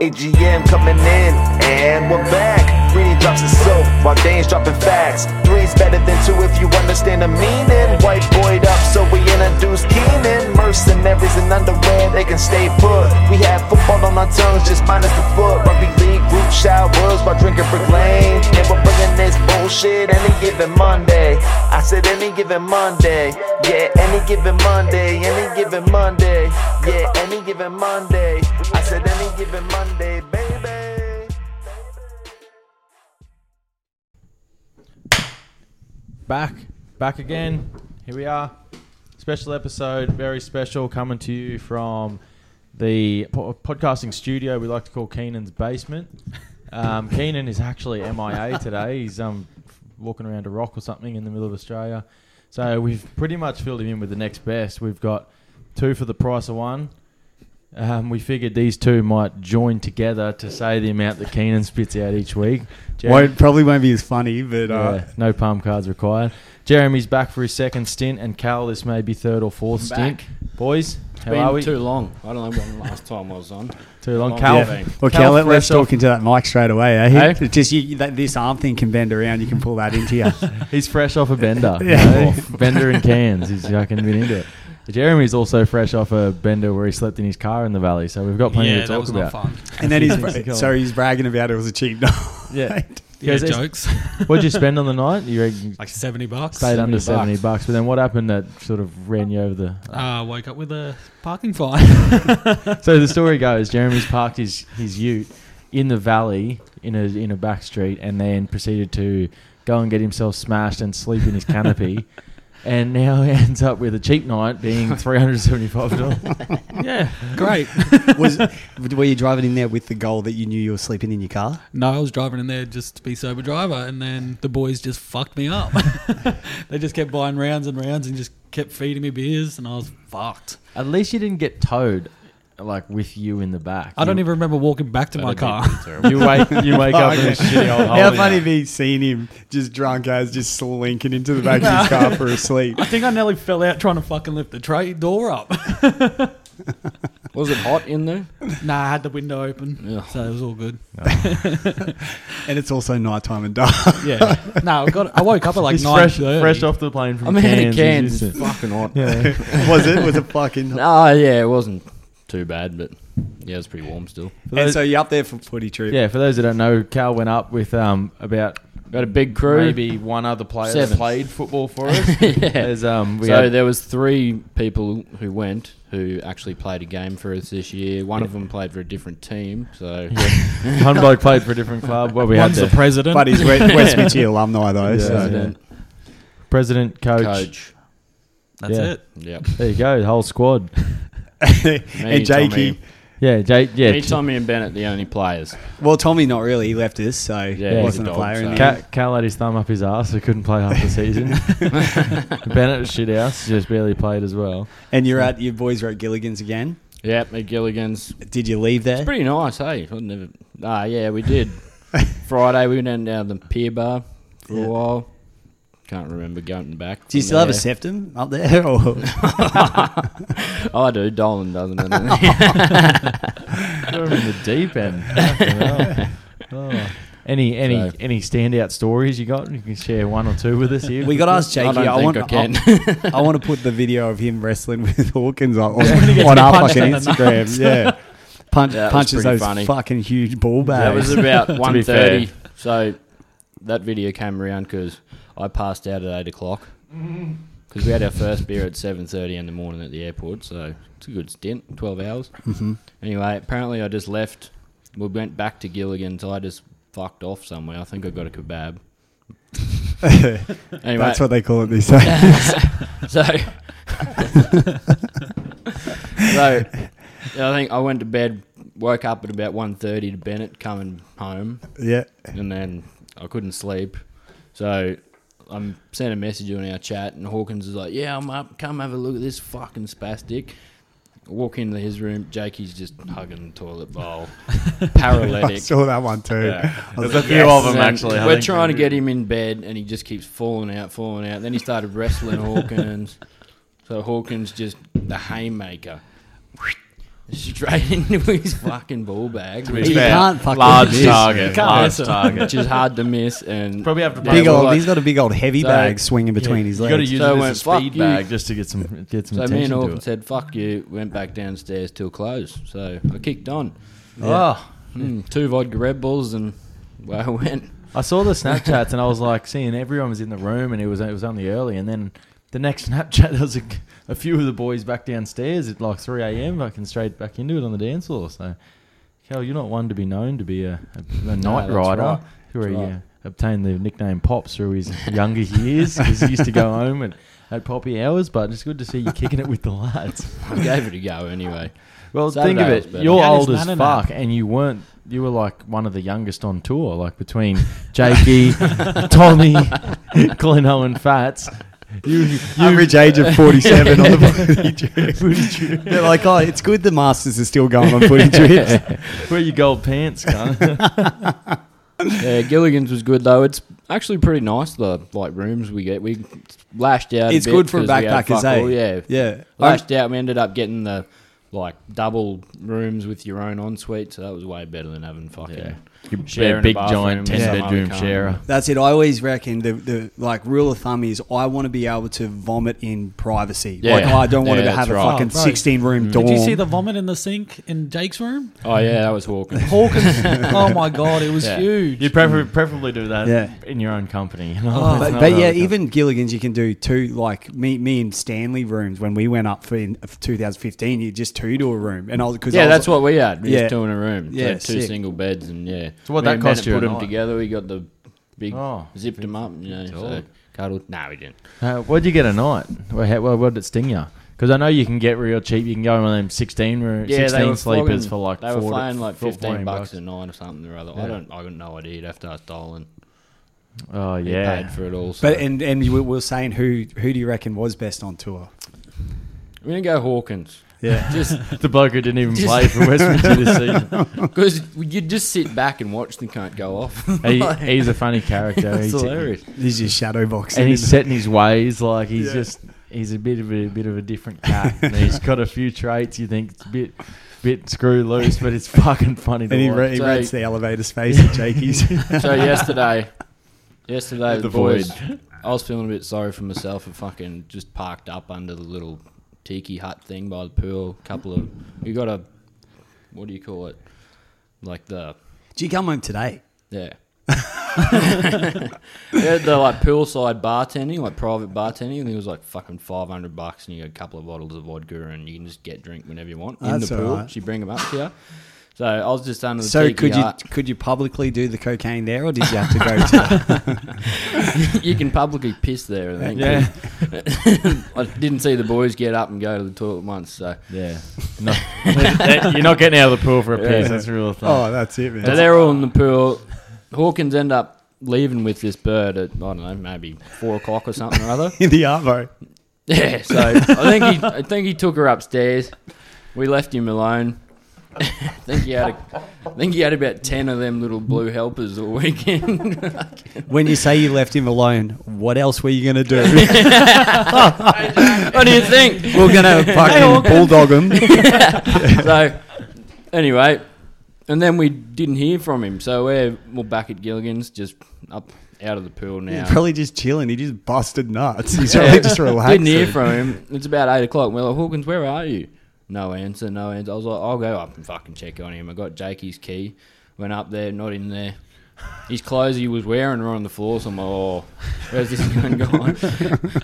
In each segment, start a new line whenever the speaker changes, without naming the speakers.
AGM coming in, and we're back. Greeny drops his soap while Dane's dropping facts. Three's better than two if you understand the meaning. White boyed up, so we introduce Keenan. Mercenaries in underwear, they can stay put. We have football on our tongues, just minus the foot. Rugby league group showers while drinking Proclaim. And we're bringing this bullshit any given Monday. I said any given Monday. Yeah, any given Monday, any given Monday. Yeah, any given Monday. I said any given Monday, baby.
back back again here we are special episode very special coming to you from the po- podcasting studio we like to call keenan's basement um, keenan is actually mia today he's um, walking around a rock or something in the middle of australia so we've pretty much filled him in with the next best we've got two for the price of one um, we figured these two might join together to say the amount that Keenan spits out each week. Jeremy-
Won't, probably won't be as funny, but uh,
yeah, no palm cards required. Jeremy's back for his second stint, and Cal, this may be third or fourth stint.
Back.
Boys, how
been
are we?
too long. I don't know when the last time I was on.
Too long.
long,
Cal,
yeah.
Cal,
well, Cal, let, let's
fresh off-
talk into that mic straight away. Eh?
Hey?
It's just you, that, this arm thing can bend around. You can pull that into you.
He's fresh off a bender. you
Yeah.
know? bender in Cairns. He's fucking been into it. Jeremy's also fresh off a bender where he slept in his car in the valley, so we've got plenty
yeah,
to
that
talk
was
about.
not fun.
and then he's
Things to go
bra- sorry, he's bragging about it was a cheap night.
Yeah. He
Yeah,
goes, "It's-
jokes.
What'd you spend on the night? You reckon
like seventy bucks.
stayed under
70
seventy
bucks.
bucks, but then what happened that sort of ran you over the
Uh, woke up with a parking fine.
So the story goes, Jeremy's parked his, his ute in the valley in a in a back street, and then proceeded to go and get himself smashed and sleep in his canopy, and now he ends up with a cheap night being three hundred seventy five dollars.
yeah, great.
was were you driving in there with the goal that you knew you were sleeping in your car?
No, I was driving in there just to be sober driver, and then the boys just fucked me up. they just kept buying rounds and rounds and just kept feeding me beers, and I was fucked.
At least you didn't get towed, like with you in the back.
I don't
You-
even remember walking back to my car.
You wake you wake up in a shitty old hole.
How funny if he'd seen him just drunk as just slinking into the back of his car for a sleep.
I think I nearly fell out trying to fucking lift the tray door up.
Was it hot in there?
nah, I had the window open,
Yeah.
so it was all good.
And it's also nighttime and dark.
Yeah, no, I got. I woke up at like
He's
nine
fresh, fresh off the plane from
I mean,
Cairns.
it
he's
can.
used
It's
to it.
fucking hot.
Yeah.
was it? Was it fucking?
Ah, yeah, it wasn't too bad, but yeah, it's pretty warm still.
For
And
those-
so you're up there for footy trip.
Yeah, for those that don't know, Cal went up with um, about
Got a big crew.
maybe one other player that
Seven.
played football for us.
yeah.
There's um, we
So
had-
there was three people who went who actually played a game for us this year. One of them played for a different team, so
one bloke played for a different club. Well, we
One's the
had the
president.
But he's West, West Mitchell alumni though.
Yeah.
so.
president,
president, coach.
coach.
That's
Yeah.
it.
Yep.
There you go, the whole squad.
and Jakey,
Tommy,
Yeah, Jake. Yeah,
me, Tommy, and Bennett the only players.
well, Tommy not really. He left us, so
Yeah,
he
he's
wasn't
a
a
dog,
player in
so-
the end.
Cal, Cal had his thumb up his ass. He couldn't play half the season. Bennett was shit house. Just barely played as well.
And you're at your boys were at Gilligan's again.
Yep, at Gilligan's.
Did you leave there?
Pretty nice, hey. I never. Ah, yeah, we did. Friday, we went down to the pier bar for
Yeah.
a while. Can't remember going back.
Do you
from
still have a
there.
septum up there? Or
I do. Dolan doesn't. it?
Threw him in the deep end. Fucking hell. Oh. Any any
So-
any standout stories you got? You can share one or two with us here.
we got to ask Jakey.
I don't think
want,
I can.
I, I want to put the video of him wrestling with Hawkins on, on,
gets
on our
punched
fucking
in the
Instagram. Yeah, Punch,
That was
punches
pretty
those
funny.
fucking huge ball
that was
bags.
about
be
one
fair.
thirty. So that video came around because I passed out at eight o'clock because we had our first beer at seven thirty in the morning at the airport. So it's a good stint, twelve hours.
Mhm.
Anyway, apparently I just left. We went back to Gilligan's. I just fucked off somewhere. I think I got a kebab. anyway,
That's what they call it these days.
so, so yeah, I think I went to bed, woke up at about 1.30 to Bennett coming home,
yeah,
and then I couldn't sleep. So I sent a message on our chat, and Hawkins is like, "Yeah, I'm up. Come have a look at this fucking spastic." I walk into his room. Jakey's just hugging the toilet bowl,
I
paralytic.
saw that one too.
Yeah.
I
There's
was
a
like,
few
yes.
of them
And
actually. I
We're
think.
trying to get him in bed, and he just keeps falling out, falling out. Then he started wrestling Hawkins. So Hawkins just the haymaker. straight into his fucking ball bag,
be
which,
You
fair,
can't fucking
large
miss.
target,
You can't
large
miss it.
target.
which is hard to miss. And
Probably have to play
Big
well,
old,
like-
he's got a big old heavy
So-
bag swinging between his
You got to
legs.
use
So I
it
went,
as a speed
"Fuck you."
bag just to get some get some
so me and
attention to
Orphan
it.
said, "Fuck you." Went back downstairs till close. So I kicked on.
Oh,
Mm, two vodka Red Bulls and where I went.
I saw the Snapchats and I was like, seeing everyone was in the room and it was it was only early. And then the next Snapchat, there was a, a few of the boys back downstairs at like 3 a.m. fucking straight back into it on the dance floor. So, Cal, you're not one to be known to be a, a, a night
that's
rider
right.
who
That's
he,
right.
uh, obtained the nickname Pops through his younger years because he used to go home and at poppy hours. But it's good to see you kicking it with the lads.
I gave it a go anyway.
Well,
Saturday
think of
was
it.
better.
You're
Young as
old as
none of
fuck, and you weren't. You were like one of the youngest on tour, like between Jakey, Tommy, Gleno, and Fats. You, you
Average age of 47 on the footy trip. They're like, oh, it's good the Masters are still going on footy trips.
wear your gold pants, cunt.
Yeah, Gilligan's was good though. It's actually pretty nice the like rooms we get. We lashed out.
It's
a bit
good for
'cause we had
backpackers,
fuck all,
eh?
Yeah,
Yeah.
Lashed out. We ended up getting the like double rooms with your own ensuite, so that was way better than having fucking.
Yeah.
Share in a
big
bathroom
giant
with
ten
some
bedroom
other cunt.
sharer.
That's it. I always reckon the, the like rule of thumb is I want to be able to vomit in privacy.
Yeah.
Like I don't want
Yeah,
to have
that's
a
right.
fucking
Oh, bro.
sixteen room dorm.
Did you see the vomit in the sink in Jake's room?
Oh yeah, that was Hawkins.
Hawkins. oh my god, it was
Yeah.
huge.
You prefer, preferably do that
Yeah.
in your own company.
Oh,
Oh, but, but yeah, even Gilligan's, you can do two. Like me, me and Stanley rooms when we went up for in of 2015, you just two to a room, and I was because
Yeah, that's what we had. We
Yeah.
just two in a room.
Yeah,
Yeah, two
sick.
single beds and yeah.
So what'd
Me
that
and
cost
Bennett
you a
Put them
night?
together. We got the big
Oh.
zipped them up. You know, so
old.
cuddled. No, we didn't.
Uh, what'd you get a night? Well, how, well, what did it sting you? Because I know you can get real cheap. You can go on one of them sixteen room, sixteen sleepers for like
they
four
were
to-
flying like
four-
fifteen
14
bucks a night or something or other.
Yeah.
I don't. I got no idea. You'd have to ask Dolan.
Oh
He
yeah,
paid for it all. So.
But and and we were saying who who do you reckon was best on tour?
we're gonna go Hawkins.
Yeah,
Just
the bloke who didn't even
Just-
play for Westminster this season.
because you just sit back and watch the cunt go off.
He, he's a funny character.
It's
he's
hilarious.
he's just shadow boxing.
And he's set in his ways. Like he's
Yeah.
just he's a bit of a, bit of a different cat. and he's got a few traits. You think it's a bit bit screw loose, but it's fucking funny. To
and he,
watch.
re- he
So-
rents the elevator space at Jakey's.
So yesterday, yesterday
The
the boys, I was feeling a bit sorry for myself for fucking just parked up under the little tiki hut thing by the pool. Couple of you got a, what do you call it? Like the
Did you come home today?
yeah. we had the like poolside bartending, like private bartending, and it was like fucking five hundred bucks, and you get a couple of bottles of vodka, and you can just get drink whenever you want in
That's
the pool.
alright.
She bring them up to you. So I was just under the
So
tiki
could you
hut.
could you publicly do the cocaine there, or did you have to go? to...
you can publicly piss there. I think.
Yeah.
I didn't see the boys get up and go to the toilet once. So,
yeah. No, you're not getting out of the pool for a piss.
Yeah.
That's the real thing.
Oh, that's it, man.
so they're all in the pool. Hawkins end up leaving with this bird at I don't know maybe four o'clock or something or other.
in the arvo.
Yeah. So I think he I think he took her upstairs. We left him alone. I think he had a, I think he had about ten of them little blue helpers all weekend.
When you say you left him alone, what else were you gonna do?
what do you think?
We're gonna fucking bulldog him.
so anyway, and then we didn't hear from him. So we're, we're back at Gilligan's, just up out of the pool now.
He's probably just chilling. He just busted nuts. He's
Yeah.
probably just relaxing.
Didn't hear from him. It's about eight o'clock. and We're like, Hawkins, where are you? No answer, no answer. I was like, I'll go up and fucking check on him. I got Jakey's key. Went up there, not in there. His clothes he was wearing were on the floor, so I'm like, oh, where's this going gone?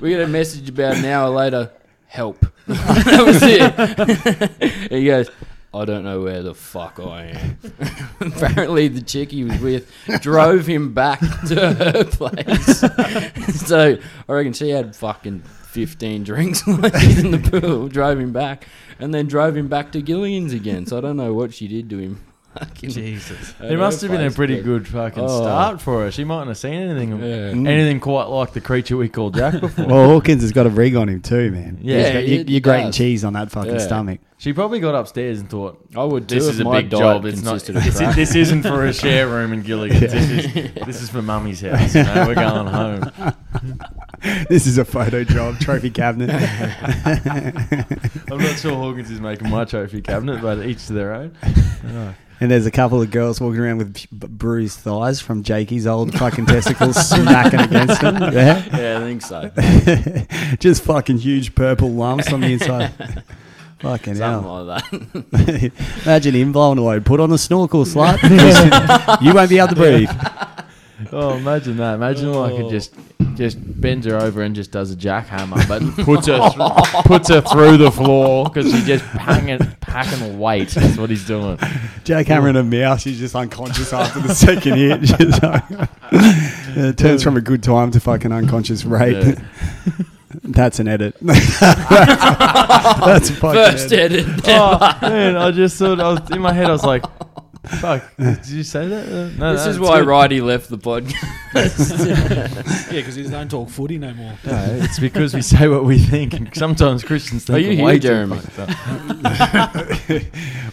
we get a message about an hour later, help. that was it. he goes, I don't know where the fuck I am. Apparently, the chick he was with drove him back to her place. so I reckon she had fucking 15 drinks while he's in the pool, drove him back, and then drove him back to Gillian's again. So I don't know what she did to him. Fucking-
Jesus.
at
It
her
must have been a
place,
pretty
but-
good fucking
Oh.
start for her. She mightn't have seen anything,
Yeah.
anything quite like the creature we called Jack before.
Well, Hawkins has got a rig on him too, man.
Yeah,
He's got-
he-
you,
he
you're grating
does.
cheese on that fucking
Yeah.
stomach.
She probably got upstairs and thought,
I would do
this
if
is a
my
big
diet
job. It's not.
consisted of
This,
crap.
this isn't for a share room in Gilligan's. This is this is for Mummy's house. You know? We're going home.
this is a photo job trophy cabinet.
I'm not sure Hawkins is making my trophy cabinet, but each to their own.
and there's a couple of girls walking around with b- bruised thighs from Jakey's old fucking testicles smacking against them. Yeah.
Yeah, I think so.
Just fucking huge purple lumps on the inside. fucking
Something
hell.
like that.
Imagine him blowing away. Put on a snorkel, slut. you won't be able to breathe.
Oh, imagine that. Imagine like it just just bends her over and just does a jackhammer, but puts her thr- puts her through the floor because she's just packing packing weight. That's what he's doing.
Jack Hammer and a mouse. He's just unconscious after the second hit. Just like- it turns from a good time to fucking unconscious rape.
Yeah.
That's an edit. That's a fucking
First
edit.
edit.
oh man, I just thought I was in my head. I was like, "Fuck, did you say that?" Uh, No,
This
no,
is
it's
why
good.
Righty left the podcast.
yeah, because he don't talk footy no more.
No, Uh, it's because we say what we think. and Sometimes Christians think.
Are you
of
here,
way too
Jeremy?
much stuff.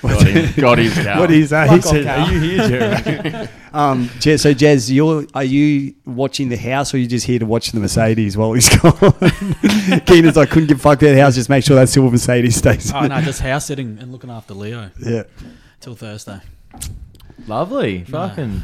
What is
God, he's down.
What is that? He said,
Are you here, Jeremy?
um, Je- so Jez, you're are you watching the house or are you just here to watch the Mercedes while he's gone? Keenan's like, couldn't give a fuck that house. Just make sure that silver Mercedes stays.
Oh no, just house sitting and looking after Leo
Yeah.
till Thursday.
Lovely, fucking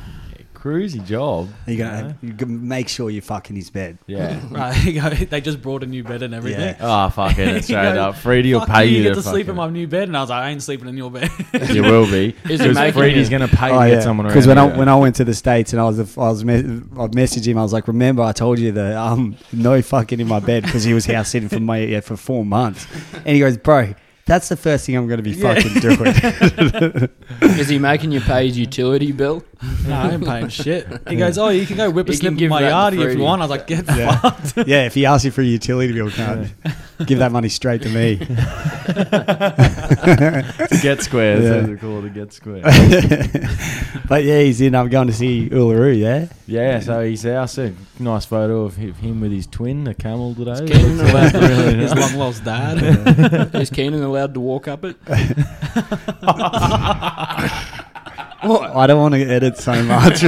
cruisy job.
You gonna you gonna make sure you fuck in his bed.
Yeah.
Right, here you go. They just brought a new bed and everything.
Yeah.
Oh fuck it, it's
You
straight
go,
up. Freddie will
Fuck
pay
you,
you.
you get
to
to sleep
fucking-
in my new bed, and I was like, I ain't sleeping in your bed.
You will be.
Is he
Because
making
Freddie's
it?
going to pay to get someone around.
Because Oh, when I
here.
when I went to the states and I was I was me- I messaged him. I was like, remember I told you that um no fucking in my bed because he was house sitting for my yeah, for four months, and he goes, bro, that's the first thing I'm going to be fucking doing.
Is he making you pay his utility bill?
no, I ain't paying shit. He goes, oh, you can go whip
You
a
can
snip of
give
my
that to
yardie if
Freddie.
you want. I was like, get the
Yeah.
fuck.
yeah, if he asks you for a utility bill, can't give that money straight to me.
get square.
Yeah.
That's what they call it, a get square.
but yeah, he's in. I'm going to see Uluru. Yeah,
yeah, so he's there. I see a nice photo of hi- him with his twin, the camel today.
It's Keenan
Looks
allowed to-
really
His
nice.
long lost dad.
Is Keenan allowed to walk up it? what?
I don't want to edit so much.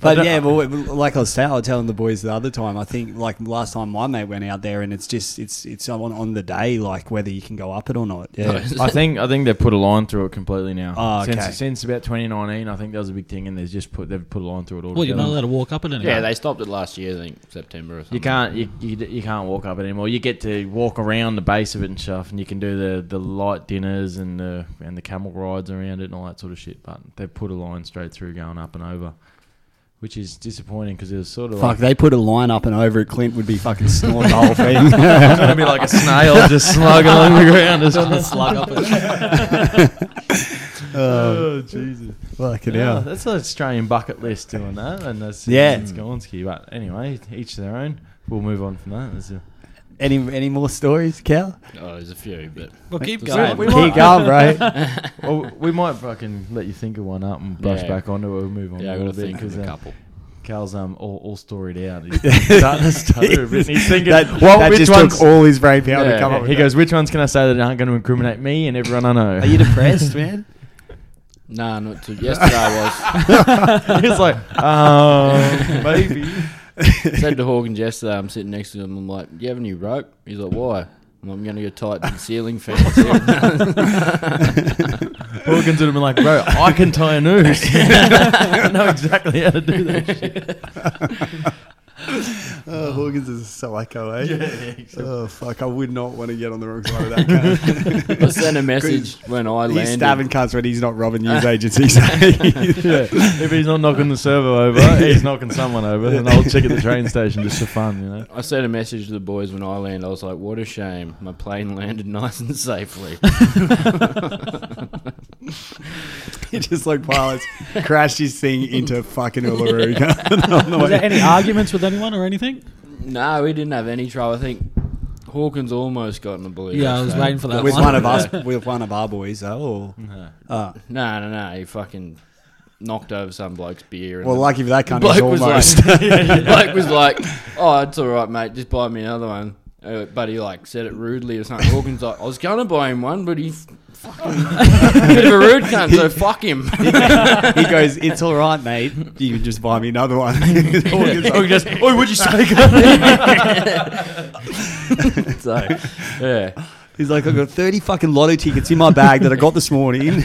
But yeah, well, we- like I was saying, I was telling the boys the other time. I think like last time my mate went out there, and it's just it's it's on on the day, like whether you can go up it or not. Yeah,
I think I think they've put a line through it completely now.
Oh, okay.
Since since about 2019, I think that was a big thing, and they've just put they've put a line through it all.
well, you're not allowed to walk up it anymore.
Yeah, they stopped it last year, I think, September or something.
You can't you, you, you can't walk up it anymore. You get to walk around the base of it and stuff, and you can do the, the light dinners and the and the camel rides around it and all that sort of shit. But they've put a line straight through going up and over, which is disappointing because it was sort of
fuck,
like
they put a line up and over it. Clint would be fucking snorting the whole thing.
it's gonna be like a snail just slugging along the ground. It's
Doing the slug up it.
uh,
oh Jesus!
fucking
Yeah,
hell.
that's an Australian bucket list doing that, and that's
Yeah.
it's Gonski. But anyway, each their own. We'll move on from that. That's a-
Any any more stories, Cal?
Oh, there's a few, but
Well, keep
We-
going.
we
Keep
might-
going, bro.
well, we might fucking let you think of one up and brush
Yeah.
back onto it. We'll move on.
yeah,
a
I got to
little bit
think of
'cause,
a
uh,
couple.
Cal's um all, all storied out. He's starting to stutter a bit. He's thinking,
that
well,
that
which
just
ones?
took all his brain power to
Yeah,
come up
Yeah,
with.
he
that.
goes, which ones can I say that aren't going to incriminate me and everyone I know?
Are you depressed, man?
Nah, not too. Yesterday I
He's like, um, maybe.
was. said to Hawkins yesterday, I'm sitting next to him. I'm like, Do you have any rope? He's like, Why? I'm, going to go tight to the ceiling fan.
Hawkins would have been like, bro, I can tie a noose. I know exactly how to do that shit.
Oh, Hawkins is a psycho, eh? oh, fuck. I would not want to get on the wrong side of that car.
I sent a message when I
he's stabbing
landed.
cunts when he's not robbing news agencies. eh?
Yeah. If he's not knocking the servo over, he's knocking someone over. An old chick at the train station just for fun, you know.
I sent a message to the boys when I landed. I was like, What a shame. My plane landed nice and safely.
he just like pilots crashed his thing into fucking Uluru. on the
Was there
way.
any arguments with anyone or anything?
No, we didn't have any trouble. I think Hawkins almost got in the blue.
Yeah, I was waiting for that
With
one.
one of us, with one of our boys, though. Or, Oh.
No, no, no. He fucking knocked over some bloke's beer. And
well,
the
lucky for that cunt, he's
bloke was
almost.
like, bloke was like, "Oh, it's all right, mate. Just buy me another one." Uh, but he like said it rudely or something. Hawkins like, I was gonna buy him one, but he's fucking bit of a rude cunt, so fuck him.
He goes, "It's all right, mate. You can just buy me another one." Hawkins like,
just, oh, would you say? so, yeah,
He's like, "I've got thirty fucking lotto tickets in my bag that I got this morning."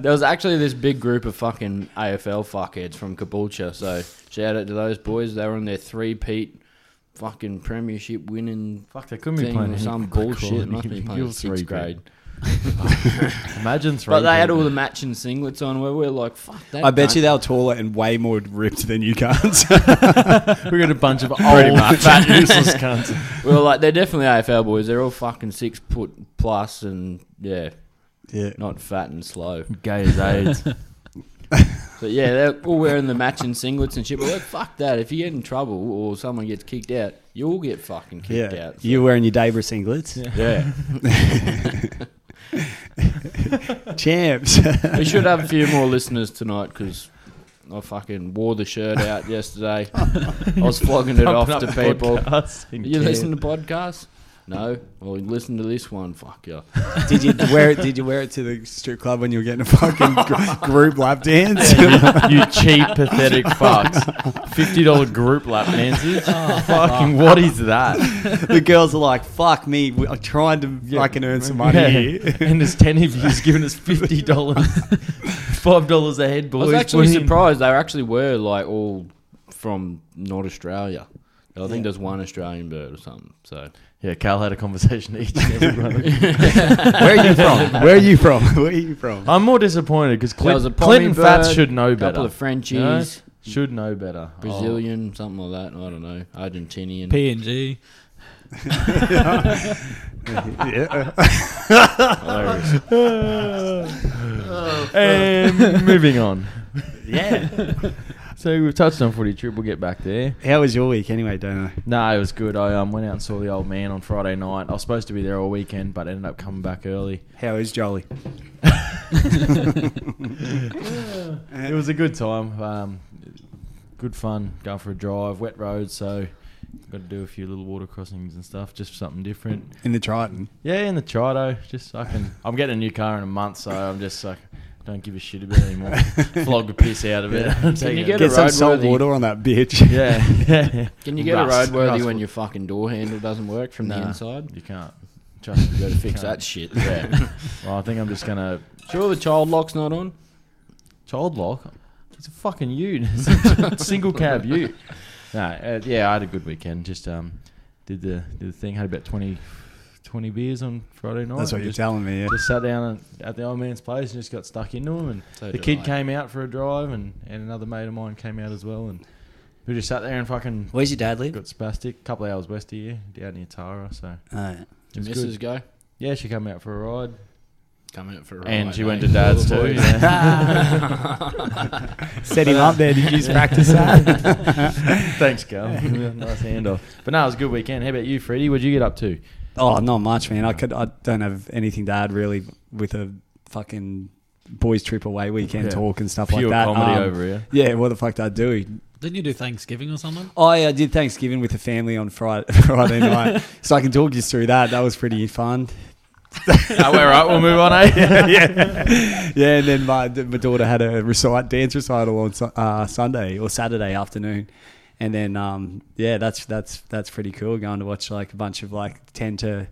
there was actually this big group of fucking AFL fuckheads from Caboolture. So shout out to those boys. They were on their three-peat fucking premiership winning
Fuck, they couldn't be
thing
playing
or some
anything
bullshit. Must be playing sixth grade.
Imagine three.
But they had all the matching singlets on where we are like, fuck that.
I bet
cunt.
you they were taller and way more ripped than you cunts.
We got a bunch of old, fat, useless cunts.
We were like, they're definitely AFL boys. They're all fucking six foot plus and, yeah,
yeah.
not fat and slow.
Gay as AIDS.
But yeah, they're all wearing the matching singlets and shit. But like, fuck that. If you get in trouble or someone gets kicked out, you'll get fucking kicked
Yeah.
out. So-
You're wearing your Dabra singlets.
yeah.
Champs.
we should have a few more listeners tonight because I fucking wore the shirt out yesterday. I was flogging it off to people. You listen to podcasts? No. Well, you listen to this one. Fuck yeah.
did you wear it? Did you wear it to the strip club when you were getting a fucking gr- group lap dance?
you, you cheap, pathetic fucks. Fifty dollar group lap dances. fucking what is that?
the girls are like, "Fuck me! we- I'm trying to fucking earn some money
Yeah.
here."
And there's ten of you's giving us fifty dollars, five dollars a head,
I
boys.
was actually
We're in.
surprised. They actually were like all from not Australia. I think there's one Australian bird or something. So
Yeah, Cal had a conversation to each and every one. of them.
Where are you from? Where are you from? Where are you from?
I'm more disappointed because
There was a
Clint, Clinton
Pommy bird,
Fats should know
a
better.
couple of Frenchies,
you know? Should know better. Oh.
Brazilian, something like that. I don't know. Argentinian.
PNG.
and moving on.
Yeah.
So we've touched on footy trip. We'll get back there.
How was your week anyway? Don't know.
No, it was good. I um, went out and saw the old man on Friday night. I was supposed to be there all weekend, but ended up coming back early.
How is Jolie?
It was a good time. Um, good fun. Going for a drive, wet roads, so got to do a few little water crossings and stuff, just something different.
In the Triton.
Yeah, in the Trido, just I can. I'm getting a new car in a month, so I'm just like, don't give a shit about it anymore. Flog the piss out of it. Take
you
it.
get
Get some
roadworthy-
salt water on that bitch.
Yeah, yeah.
Can you get
Rust.
a roadworthy
Rust
when
will-
your fucking door handle doesn't work from
Ah.
the
Nah.
inside?
You can't. Trust me,
You gotta fix
Can't.
that shit.
Yeah. Well, I think I'm just gonna
Sure, the child lock's not on.
Child lock? It's a fucking ute. It's a single cab ute. No, uh, yeah, I had a good weekend. Just um, did the did the thing. Had about 20, 20 beers on Friday night.
That's what
and
you're
just,
telling me. Yeah.
Just sat down and- at the old man's place and just got stuck into him. And
So
the
do
kid
I.
came out for a drive, and, and another mate of mine came out as well. And we just sat there and fucking
Where's your dad live?
got spastic. A couple of hours west of here, down near Tara. So
Uh,
The
It's
missus go.
yeah, she came out for a ride,
Coming out for a ride.
and she went
eh?
to dad's
Little
too.
boys.
yeah.
set him up there. Did you just practice that?
Thanks, Cal. nice handoff. But no, it was a good weekend. How about you, Freddie? What'd you get up to?
oh, not much, man. I could. I don't have anything to add really with a fucking boys trip away weekend
Yeah.
talk and stuff
Pure
like that.
comedy
Um,
over here.
Yeah. What the fuck did I do?
Didn't you do Thanksgiving or something?
Oh yeah, I did Thanksgiving with the family on Friday, Friday night, so I can talk you through that. That was pretty fun.
oh, we're right. We'll move on, eh?
Yeah, and then my, my daughter had a recite dance recital on Su- uh, Sunday or Saturday afternoon, and then um, yeah, that's that's that's pretty cool. Going to watch like a bunch of like ten to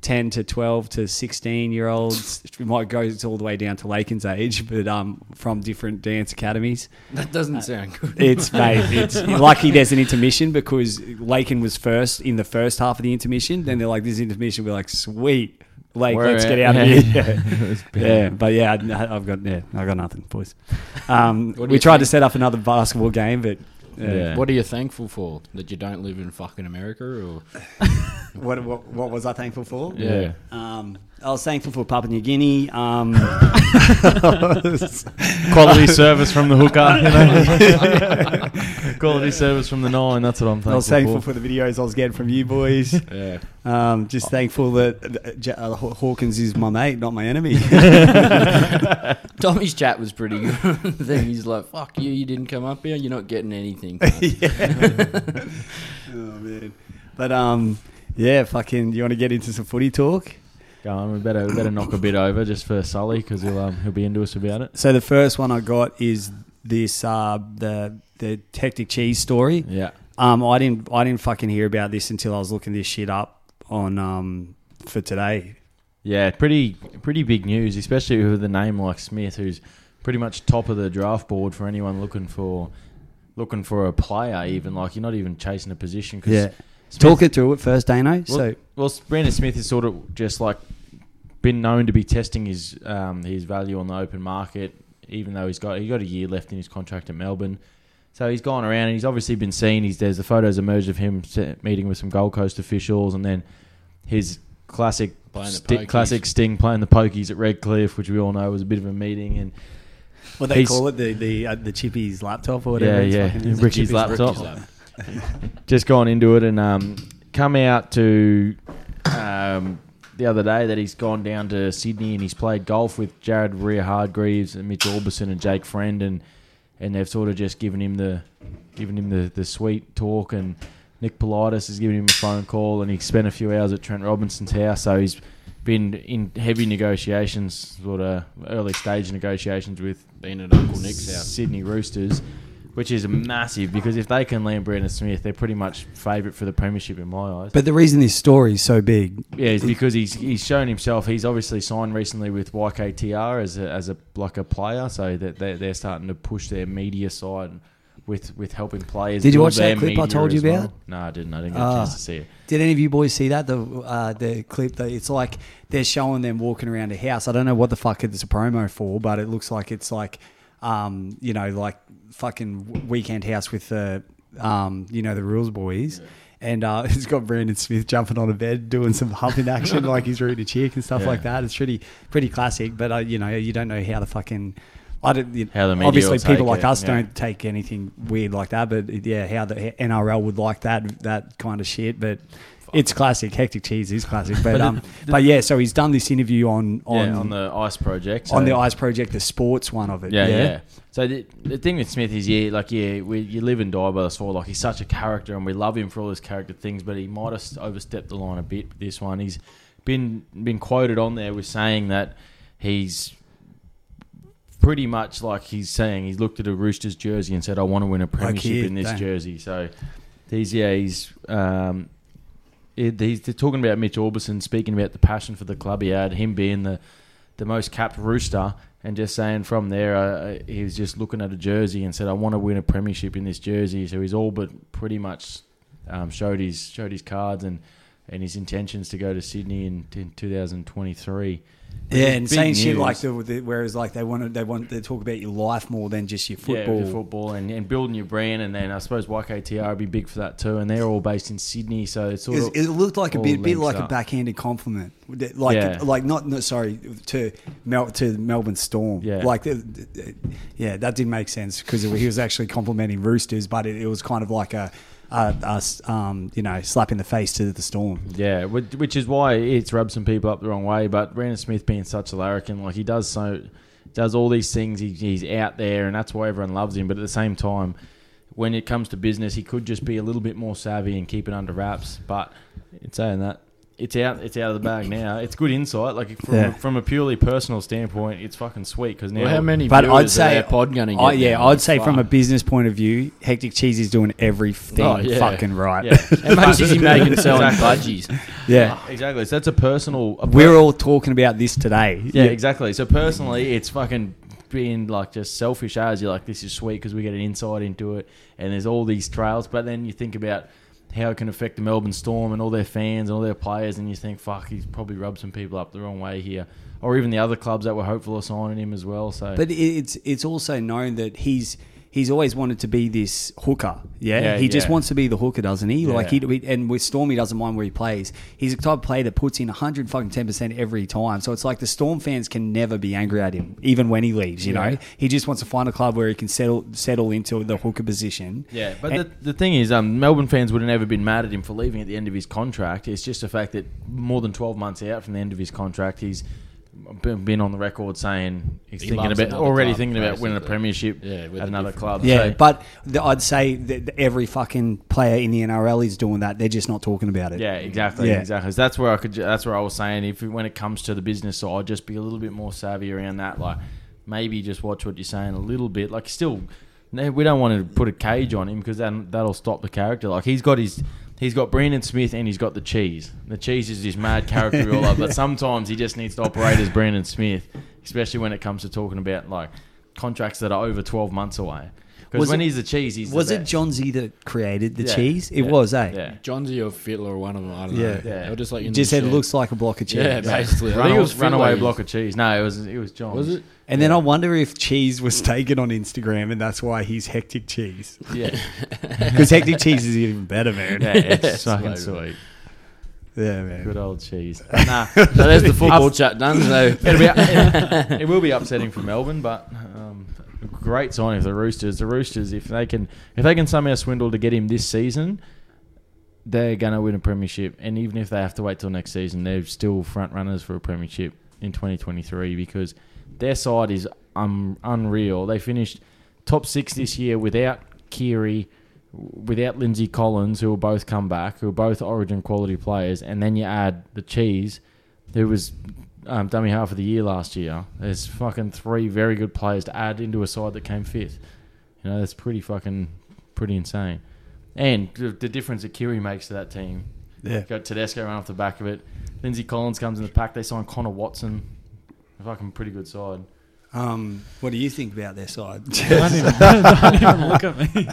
ten to twelve to sixteen year olds. It might go all the way down to Lakin's age, but um, from different dance academies.
That doesn't sound good.
It's mate. It's lucky there's an intermission because Lakin was first in the first half of the intermission. Then they're like, "This intermission." We're like, "Sweet, Lake,
We're
let's
at-
get out
yeah.
of here."
It was
Yeah.
bad.
but yeah, I- I've got yeah, I got nothing, boys. Um,
What do
we
you
tried to
think?
set up another basketball game, but uh,
Yeah.
What are you thankful for? That you don't live in fucking America, or
what, what what was I thankful for?
yeah.
Yeah.
Um, I was thankful for Papua New Guinea. Um, yeah,
Quality service from the hooker. You know? Quality service from the nine. That's what I'm thankful,
I was thankful
for.
for the videos I was getting from you boys.
yeah,
Um, just thankful that uh, J- uh, Haw- Hawkins is my mate, not my enemy.
Tommy's chat was pretty good. then he's like, "Fuck you, you didn't come up here. You're not getting anything."
Yeah. oh man. But um, Yeah, fucking. You want to get into some footy talk?
Go on, we better we better knock a bit over just for Sully because he'll um, he'll be into us about it.
So the first one I got is this uh, the the hectic cheese story.
Yeah,
Um, I didn't I didn't fucking hear about this until I was looking this shit up on um for today.
yeah, pretty pretty big news, especially with a name like Smith, who's pretty much top of the draft board for anyone looking for looking for a player. Even like you're not even chasing a position. Cause Smith-
talk it through it first, Dano.
Well,
so
well, Brandon Smith has sort of just like been known to be testing his um, his value on the open market, even though he's got he got a year left in his contract at Melbourne. So he's gone around and he's obviously been seen. He's, there's the photos emerged of him se- meeting with some Gold Coast officials, and then his classic
Playing the
sti-
pokies.
classic sting playing the pokies at Redcliffe, which we all know was a bit of a meeting. And
what
they he's- call
it the the uh, the Chippy's laptop or
whatever it's yeah. fucking- Ricky's
Chippy's
laptop.
Ricky's lap.
just gone into it and um, come out to um, the other day that he's gone down to Sydney and he's played golf with Jared Rear Hardgreaves and Mitch Orbison and Jake Friend and and they've sort of just given him the given him the, the sweet talk and Nick Politis has given him a phone call and he spent a few hours at Trent Robinson's house so he's been in heavy negotiations sort of early stage negotiations with
Being at Uncle Nick's house.
Sydney Roosters, which is massive because if they can land Brandon Smith, they're pretty much favourite for the premiership in my eyes.
But the reason this story is so big,
yeah, it's because he's he's shown himself. He's obviously signed recently with YKTR as a, as a like a player, so that they're, they're starting to push their media side with with helping players.
Did you
build
watch that
their
clip I
media
told you
as well.
about?
No, I didn't. I didn't get a
Ah.
chance to see it.
did any of you boys see that the uh, the clip? That it's like they're showing them walking around a house. I don't know what the fuck it's a promo for, but it looks like it's like um you know like fucking weekend house with the um you know the rules boys. And uh, it's got Brandon Smith jumping on a bed, doing some humping action like he's rooting a chick and stuff
Yeah.
like that. It's pretty, pretty classic. But uh, you know, you don't know how the fucking, I don't, you
How the media
obviously
will
people
take
like
it,
us
yeah.
don't take anything weird like that. But it- yeah, how the NRL would like that that kind of shit. But it's classic. Hectic cheese is classic. But,
But
um,
the-
but yeah. So he's done this interview on on
yeah, on the Ice Project.
on the
so-
Ice Project, the sports one of it.
Yeah,
Yeah,
yeah. So the, the thing with Smith is, yeah, like yeah, we, you live and die by the sword. Like he's such a character, and we love him for all his character things. But he might have overstepped the line a bit. with This one, he's been been quoted on there with saying that he's pretty much like he's saying he's looked at a Roosters jersey and said, "I want to win a premiership
kid,
in this
damn.
jersey." So he's yeah, he's um, it, he's they're talking about Mitch Orbison speaking about the passion for the club he had, him being the the most capped rooster, and just saying from there, uh, he was just looking at a jersey and said, "I want to win a premiership in this jersey." So he's all but pretty much um, showed his showed his cards and. And his intentions to go to Sydney in, in 2023.
Yeah, and
Big
saying shit
news.
like the, the whereas like they want to they want they talk about your life more than just your
Yeah,
football.
with the football and, and building your brand, and then I suppose YKTR would be big for that too. And they're all based in Sydney, so it's sort
It,
of
it looked like a
all
bit, bit
links
like a
up.
backhanded compliment, That- like
Yeah.
like not, not sorry to Mel, to Melbourne Storm.
Yeah.
Like, uh, uh, yeah, that didn't make sense because he was actually complimenting Roosters, but it, it was kind of like a, a, a s- um, you know slap in the face to the Storm.
Yeah, which which is why it's rubbed some people up the wrong way. But Brandon Smith being such a larrikin, like he does so, does all these things. He, he's out there, and that's why everyone loves him. But at the same time, when it comes to business, he could just be a little bit more savvy and keep it under wraps. But it's saying that. It's out. It's out of the bag now. It's good insight. Like from,
Yeah.
from a purely personal standpoint, it's fucking sweet because now
Well, how many
But
viewers
I'd
are
say-
their pod going to get?
I, yeah,
now?
I'd say from a
Fuck.
business point of view, Hectic Cheese is doing everything
Oh, yeah.
fucking right.
Yeah.
How much is he making selling
Exactly.
budgies?
yeah.
Exactly. So that's a personal. a
We're all talking about this today.
Yeah, exactly. So personally, it's fucking being like just selfish as you're like, this is sweet because we get an insight into it, and there's all these trails. But then you think about how it can affect the Melbourne Storm and all their fans and all their players, and you think, fuck, he's probably rubbed some people up the wrong way here, or even the other clubs that were hopeful of signing him as well. So,
But it- it's it's also known that he's he's always wanted to be this hooker. Yeah,
Yeah,
he just
yeah.
wants to be the hooker, doesn't he? Like
Yeah.
he and with Storm, he doesn't mind where he plays. He's the type of player that puts in hundred fucking ten percent every time. So it's like the Storm fans can never be angry at him, even when he leaves. You
Yeah.
know, he just wants to find a club where he can settle settle into the hooker position.
yeah, but
And-
the, the thing is, um, Melbourne fans would have never been mad at him for leaving at the end of his contract. It's just the fact that more than 12 months out from the end of his contract, he's I've been been on the record saying he's
He
thinking
loves
about
another
already
club,
thinking about winning a
basically.
premiership
Yeah, with
at
a
another
different
club.
Yeah,
So-
but the, I'd say that every fucking player in the NRL is doing that. They're just not talking about it.
Yeah, exactly,
Yeah.
exactly. So that's where I could. ju- That's where I was saying, if when it comes to the business side, just be a little bit more savvy around that. Like maybe just watch what you're saying a little bit. Like still, no, we don't want to put a cage on him because then that'll stop the character. Like he's got his. He's got Brandon Smith and he's got the cheese. The cheese is this mad character we all love, but sometimes he just needs to operate as Brandon Smith, especially when it comes to talking about like contracts that are over twelve months away. Because
Was
when
it-
he's the cheese, he's the
Was it
best.
John Z that created the
Yeah,
cheese? It
yeah,
was, eh?
Yeah.
Johnsy or Fittler or one of them. I don't
Yeah.
know.
Yeah.
They were just like in
Just
the
said
shed.
looks like a block of cheese.
Yeah, basically. I
Run,
think it was
runaway
Fittler.
block of cheese. No, it was it was John.
Was it?
And then I wonder if cheese was taken on Instagram, and that's why he's hectic cheese.
Yeah,
Because hectic cheese is even better, man.
yeah,
Yeah,
it's
It's
fucking
so
sweet.
good.
Good
man.
old cheese. Nah,
So there's the football chat done. So
it'll be, it, it will be upsetting for Melbourne, but um, great signing for the Roosters. The Roosters, if they can, if they can somehow swindle to get him this season, they're gonna win a premiership. And even if they have to wait till next season, they're still front runners for a premiership in 2023 because their side is um, unreal. They finished top six this year without Keary. Without Lindsay Collins, who will both come back, who are both Origin quality players, and then you add the cheese, who was um, dummy half of the year last year. There's fucking three very good players to add into a side that came fifth. You know, that's pretty fucking pretty insane. And the, the difference that Kiri makes to that team.
Yeah.
Got Tedesco running off the back of it. Lindsay Collins comes in the pack. They sign Connor Watson. A fucking pretty good side.
Um, what do you think about their side?
Don't even, don't even look at me.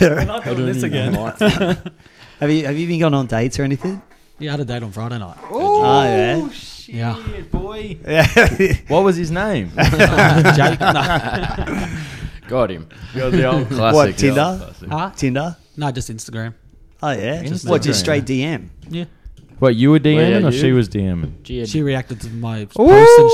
We're not doing this again.
have you have you been going on dates or anything?
Yeah, I had a date on Friday night.
Oh, yeah.
shit,
Yeah.
boy.
Yeah.
What was his name?
Jake, no,
got him.
the old
Classic.
what
the old
Tinder?
classic.
Huh?
Tinder?
Ah, no, just Instagram.
Oh yeah.
Instagram.
What? Just straight DM.
Yeah,
Wait, you were DMing
Well, yeah,
or
you.
she was DMing?
Gee, I-
she reacted to my post and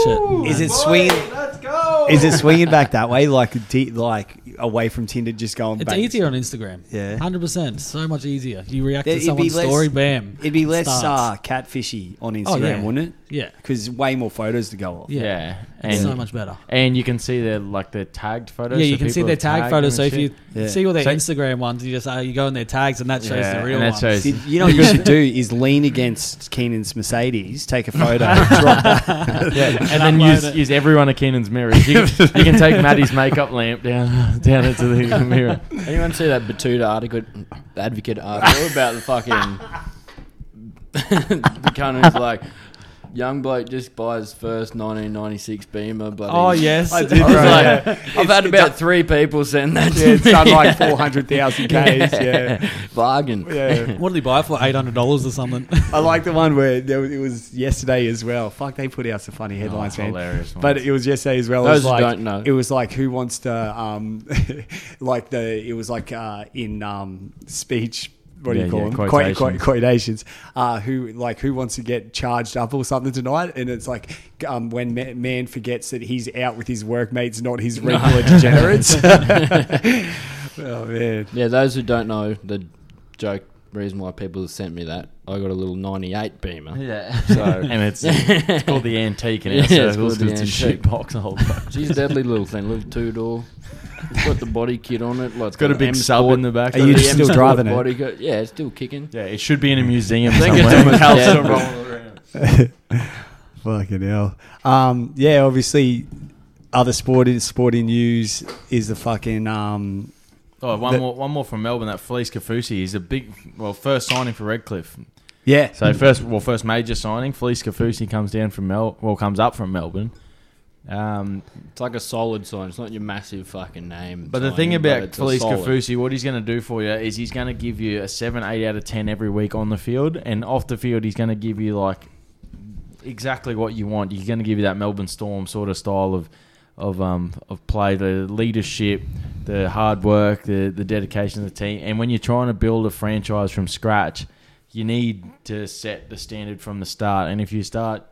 shit.
Is it swinging? Let's go. Is it swinging back that way, like de- like away from Tinder, just going?
It's
back?
easier on Instagram.
Yeah.
hundred percent. So much easier. You react
There-
to
it'd be
someone's
less-
story, bam.
It'd be less uh,
starts.
catfishy on Instagram,
Oh, yeah.
wouldn't it?
Yeah,
Because way more photos to go off.
yeah.
Yeah.
It's so much better.
And you can see their like their tagged photos.
Yeah,
so
you can see
people
their
have
tag
tagged
photos. So
them
if
and
you
Yeah.
see all their
So-
Instagram ones, you just uh, you go in their tags, and that
shit.
shows
Yeah,
the real
and that
ones.
shows-
See, you know what you should do is lean against Keenan's Mercedes, take a photo, drop that.
Yeah, and, then
upload
use,
it.
use every one of Keenan's mirrors. You, can- you can take Maddie's makeup lamp down down into the mirror.
Anyone see that Batuta article, advocate article about the fucking the cunt who's like young bloke just buys first 1996 Beamer. Bloody
Oh yes,
I did,
I was
bro.
like,
Yeah.
I've had about three people send that
Yeah,
to
it's
me.
done like 400,000 Ks. Yeah.
bargain.
yeah.
What did he buy it for? Eight hundred dollars or something.
I like the one where there, was- it was yesterday as well. Fuck, they put out some funny headlines,
Oh,
man.
hilarious
But
ones.
it was yesterday as well.
Those
it was
who
like,
don't know.
It was like who wants to, um, like the. It was like uh, in um, speech. What do
Yeah,
you call
yeah,
them?
quotations.
Quote- quote- quotations. Uh, who like who wants to get charged up or something tonight? And it's like um, when ma- man forgets that he's out with his workmates, not his regular degenerates. oh man.
Yeah, those who don't know the joke reason why people have sent me that, I got a little '98 Beamer.
yeah, so, and it's, it's called the antique in our
Yeah, it's
circles
called
'cause
the
it's a shit
antique.
box. the whole bunch.
She's a deadly little thing, little two door. Got the body kit on it. Like it's
Got a big sub in the back.
Are you
the
just
M
still
Sport
driving it?
body kit. Yeah, it's still kicking.
yeah, it should be in a museum
I think it's
somewhere.
almost
How's it
dead.
rolling around?
Fucking hell. Um, yeah, obviously, other sporting sporting news is the fucking um,
Oh, one
The-
more, one more from Melbourne. That Felice Kafusi is a big, well, first signing for Redcliffe.
yeah.
So first, well, first major signing. Felice Kafusi comes down from Mel, well, comes up from Melbourne. Um,
It's like a solid sign. It's not your massive fucking name.
But the
sign,
thing about
it's a
Felice
solid.
Kafusi, what he's going to do for you is he's going to give you a 7, 8 out of 10 every week on the field. And off the field, he's going to give you like exactly what you want. He's going to give you that Melbourne Storm sort of style of of um, of play, the leadership, the hard work, the, the dedication of the team. And when you're trying to build a franchise from scratch, you need to set the standard from the start. And if you start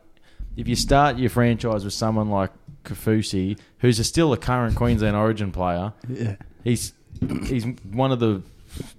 if you start your franchise with someone like Kafusi, who's a, still a current Queensland Origin player,
Yeah.
he's he's one of the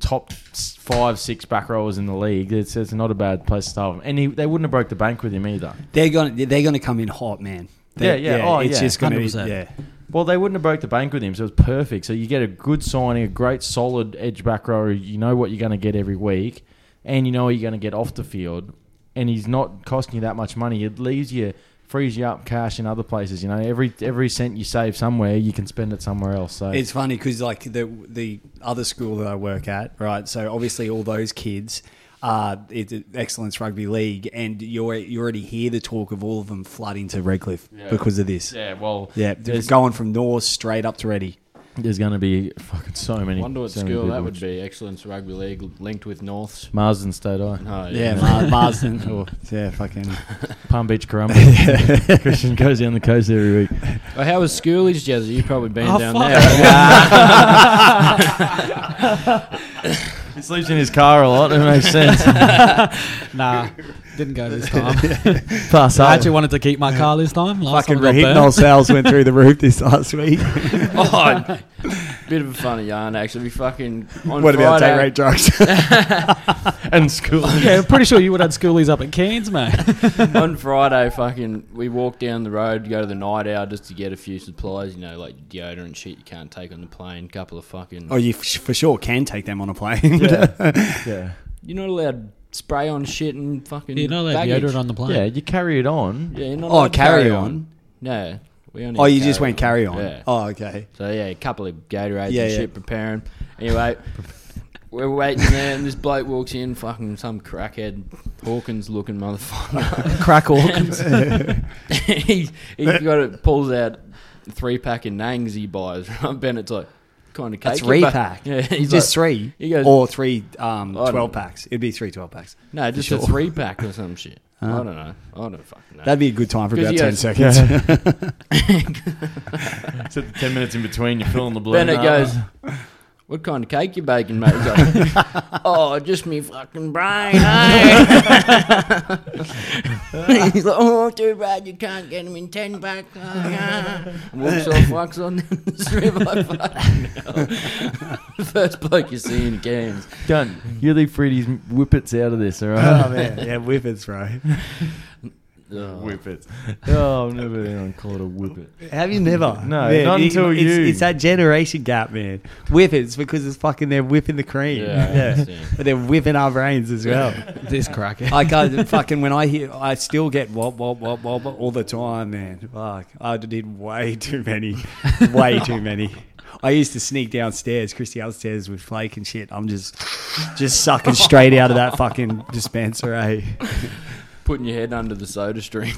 top s- five, six back rowers in the league. It's, it's not a bad place to start. Him. And he, they wouldn't have broke the bank with him either.
They're gonna they're gonna come in hot, man.
Yeah,
They-
yeah. Oh,
it's
yeah.
just gonna be
100%.
yeah.
Well, they wouldn't have broke the bank with him, so it was perfect. So you get a good signing, a great solid edge back row. You know what you're going to get every week, and you know what you're going to get off the field. And he's not costing you that much money. It leaves you frees you up cash in other places. You know, every every cent you save somewhere, you can spend it somewhere else. So
It's funny because like the the other school that I work at, right? So obviously all those kids are it's an excellence rugby league, and you you already hear the talk of all of them flooding to Redcliffe because of this. Yeah,
yeah, well,
they're
there's,
going from North straight up to Ready.
there's going to be fucking so many.
Wonder what
so many
school that
people.
would be. Excellence Rugby League linked with Norths. Oh,
Marsden State Eye,
No,
Yeah, Mar- Marsden. Or, yeah, fucking.
Palm Beach, Corumba. Christian goes down the coast every week.
Oh, how was schoolies, Jazzy? You've probably been
Oh,
down
fuck.
there.
He sleeps in his car a lot. It makes sense.
Nah, didn't go this time.
Pass
I
up.
actually wanted to keep my car this time. Last
Fucking
time I got burnt.
rehypnol sales went through the roof this last week.
Oh, bit of a funny yarn, actually. We fucking on
what about
Friday,
day rate drugs?
and school.
Yeah, I'm pretty sure you would have had schoolies up at Cairns, mate.
on Friday, fucking, we walked down the road, go to the night hour just to get a few supplies, you know, like deodorant shit you can't take on the plane, couple of fucking.
oh, you f- for sure can take them on a plane.
Yeah.
You're not allowed spray on shit and fucking.
You're not allowed
baggage.
deodorant on the plane.
Yeah, you carry it on.
Yeah, you're not
Oh,
allowed
carry
carry
on.
on. No, we only.
oh,
had
you just went carry on.
Yeah.
Oh, okay.
So yeah, a couple of Gatorades
Yeah,
and
yeah.
shit preparing. Anyway, we're waiting there, and this bloke walks in, fucking some crackhead Hawkins looking motherfucker.
Crack Hawkins.
he he got it, pulls out a three pack of nangs he buys. Right? Bennett's like, kind of cake.
That's
it, but-
repack.
Yeah, he's
just
like,
three
he goes-
or three um,
I don't
12
know.
packs. It'd be three 12 packs.
no, just a
sure.
three pack or some shit. I don't know. I don't fucking know.
That'd be a good time for
'Cause
about
you
10
guys-
seconds.
Except the 10 minutes in between, you're filling the balloon.
Bennett goes, "What kind of cake you baking, mate?" He's like, "Oh, just me fucking brain." eh?" He's like, "Oh, too bad you can't get him in ten back." Oh, yeah. Walks off, walks on down the street like fucking hell. First bloke you see in games.
Done. You leave Freddy's whippets out of this, all right?
oh, man. Yeah, whippets, bro.
Oh,
whippets. Oh, I've never been on call it a whippet.
Have you never?
No, not until
it's,
you.
It's that generation gap, man. Whippets because it's fucking they're whipping the cream.
Yeah, I understand.
But they're whipping our brains as well.
this crackhead.
I can't fucking when I hear I still get wop wop wop wop all the time, man. Fuck, I did way too many, way too many. I used to sneak downstairs, Christy upstairs with flake and shit. I'm just, just sucking straight out of that fucking dispenser. Eh?
putting your head under the soda stream.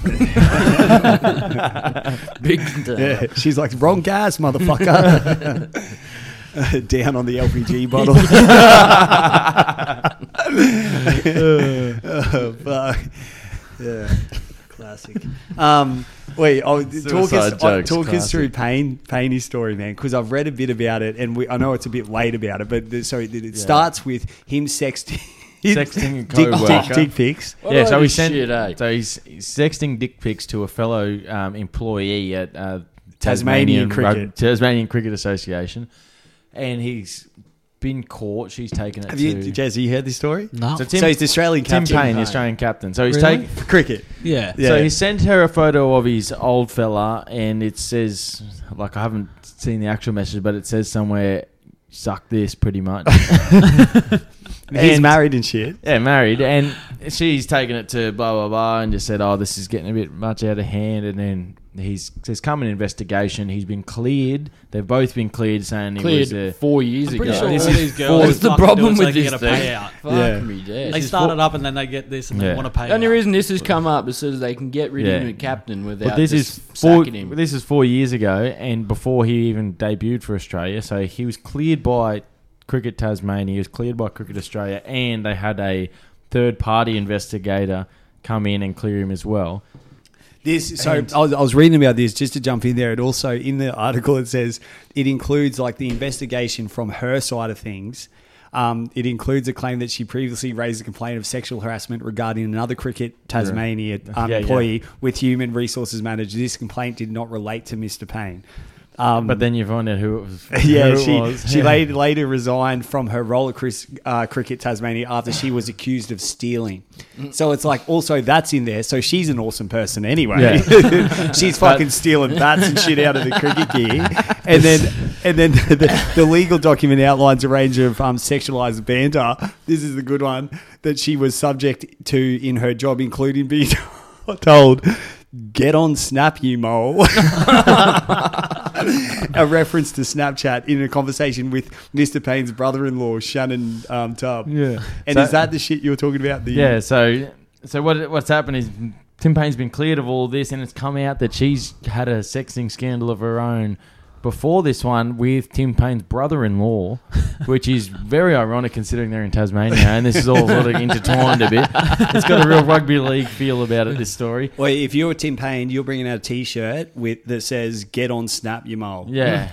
Big.
Yeah. She's like, wrong gas, motherfucker. Down on the LPG bottle. Uh, fuck. Yeah. Classic. Um, wait, I'll talk, us,
Suicide
I'll
jokes,
talk us
classic.
through pain, painy story, man, because I've read a bit about it, and we, I know it's a bit late about it, but the, so it, it starts with him sexting,
Sexting a
dick, dick,
coworker.
dick pics.
What
yeah,
about
so we
this
sent.
shit, eh?
So he's, he's sexting dick pics to a fellow um, employee at uh,
Tasmanian cricket.
Tasmanian Cricket Association, and he's been caught. She's taken it
Have
to.
you, Jez, you heard this story?
No.
so Tim,
so he's the Australian
Tim
captain.
Payne, the Australian captain. So he's
Really?
taken.
Cricket.
Yeah.
Yeah.
So he sent her a photo of his old fella, and it says, like, I haven't seen the actual message, but it says somewhere, suck this pretty much.
He's
And-
married and shit.
yeah, married. And she's taken it to blah, blah, blah, and just said, oh, this is getting a bit much out of hand. And then he's, there's come an investigation. He's been cleared. They've both been cleared, saying he was
Cleared
a.
four years
I'm
ago.
pretty sure all
This is
these girls.
That's the
fucking do
problem
it so
with
they
this
can get a
thing.
payout.
Fuck
Yeah.
me, dead.
They start it up and then they get this and
Yeah.
they want to pay.
the only
out.
reason this has come up is so they can get rid of
Yeah.
him, captain without
But this is
just
four.
sacking him.
This is four years ago, and before he even debuted for Australia, so he was cleared by Cricket Tasmania. He was cleared by Cricket Australia, and they had a third-party investigator come in and clear him as well.
This so I was, I was reading about this just to jump in there. It also in the article it says it includes like the investigation from her side of things. Um, it includes a claim that she previously raised a complaint of sexual harassment regarding another Cricket Tasmania um,
Yeah, yeah.
employee with Human Resources Manager. This complaint did not relate to Mr. Payne. Um,
But then you find out who it was. who
yeah,
it
she
was.
she
Yeah.
later, later resigned from her role at Chris, uh, Cricket Tasmania after she was accused of stealing. So it's like also that's in there. So she's an awesome person anyway. she's fucking stealing bats and shit out of the cricket gear, and then and then the, the legal document outlines a range of um, sexualized banter. This is the good one that she was subject to in her job, including being told. Get on Snap, you mole. a reference to Snapchat in a conversation with Mr. Payne's brother-in-law, Shannon um, Tubb.
Yeah.
And
So-
is that the shit you're talking about? The
Yeah, so so what what's happened is Tim Payne's been cleared of all this, and it's come out that she's had a sexting scandal of her own before this one with Tim Payne's brother-in-law, which is very ironic considering they're in Tasmania, and this is all sort of intertwined a bit. It's got a real rugby league feel about it. This story,
Well, if you're Tim Payne, you're bringing out a T-shirt with that says "Get on Snap, you mole."
yeah,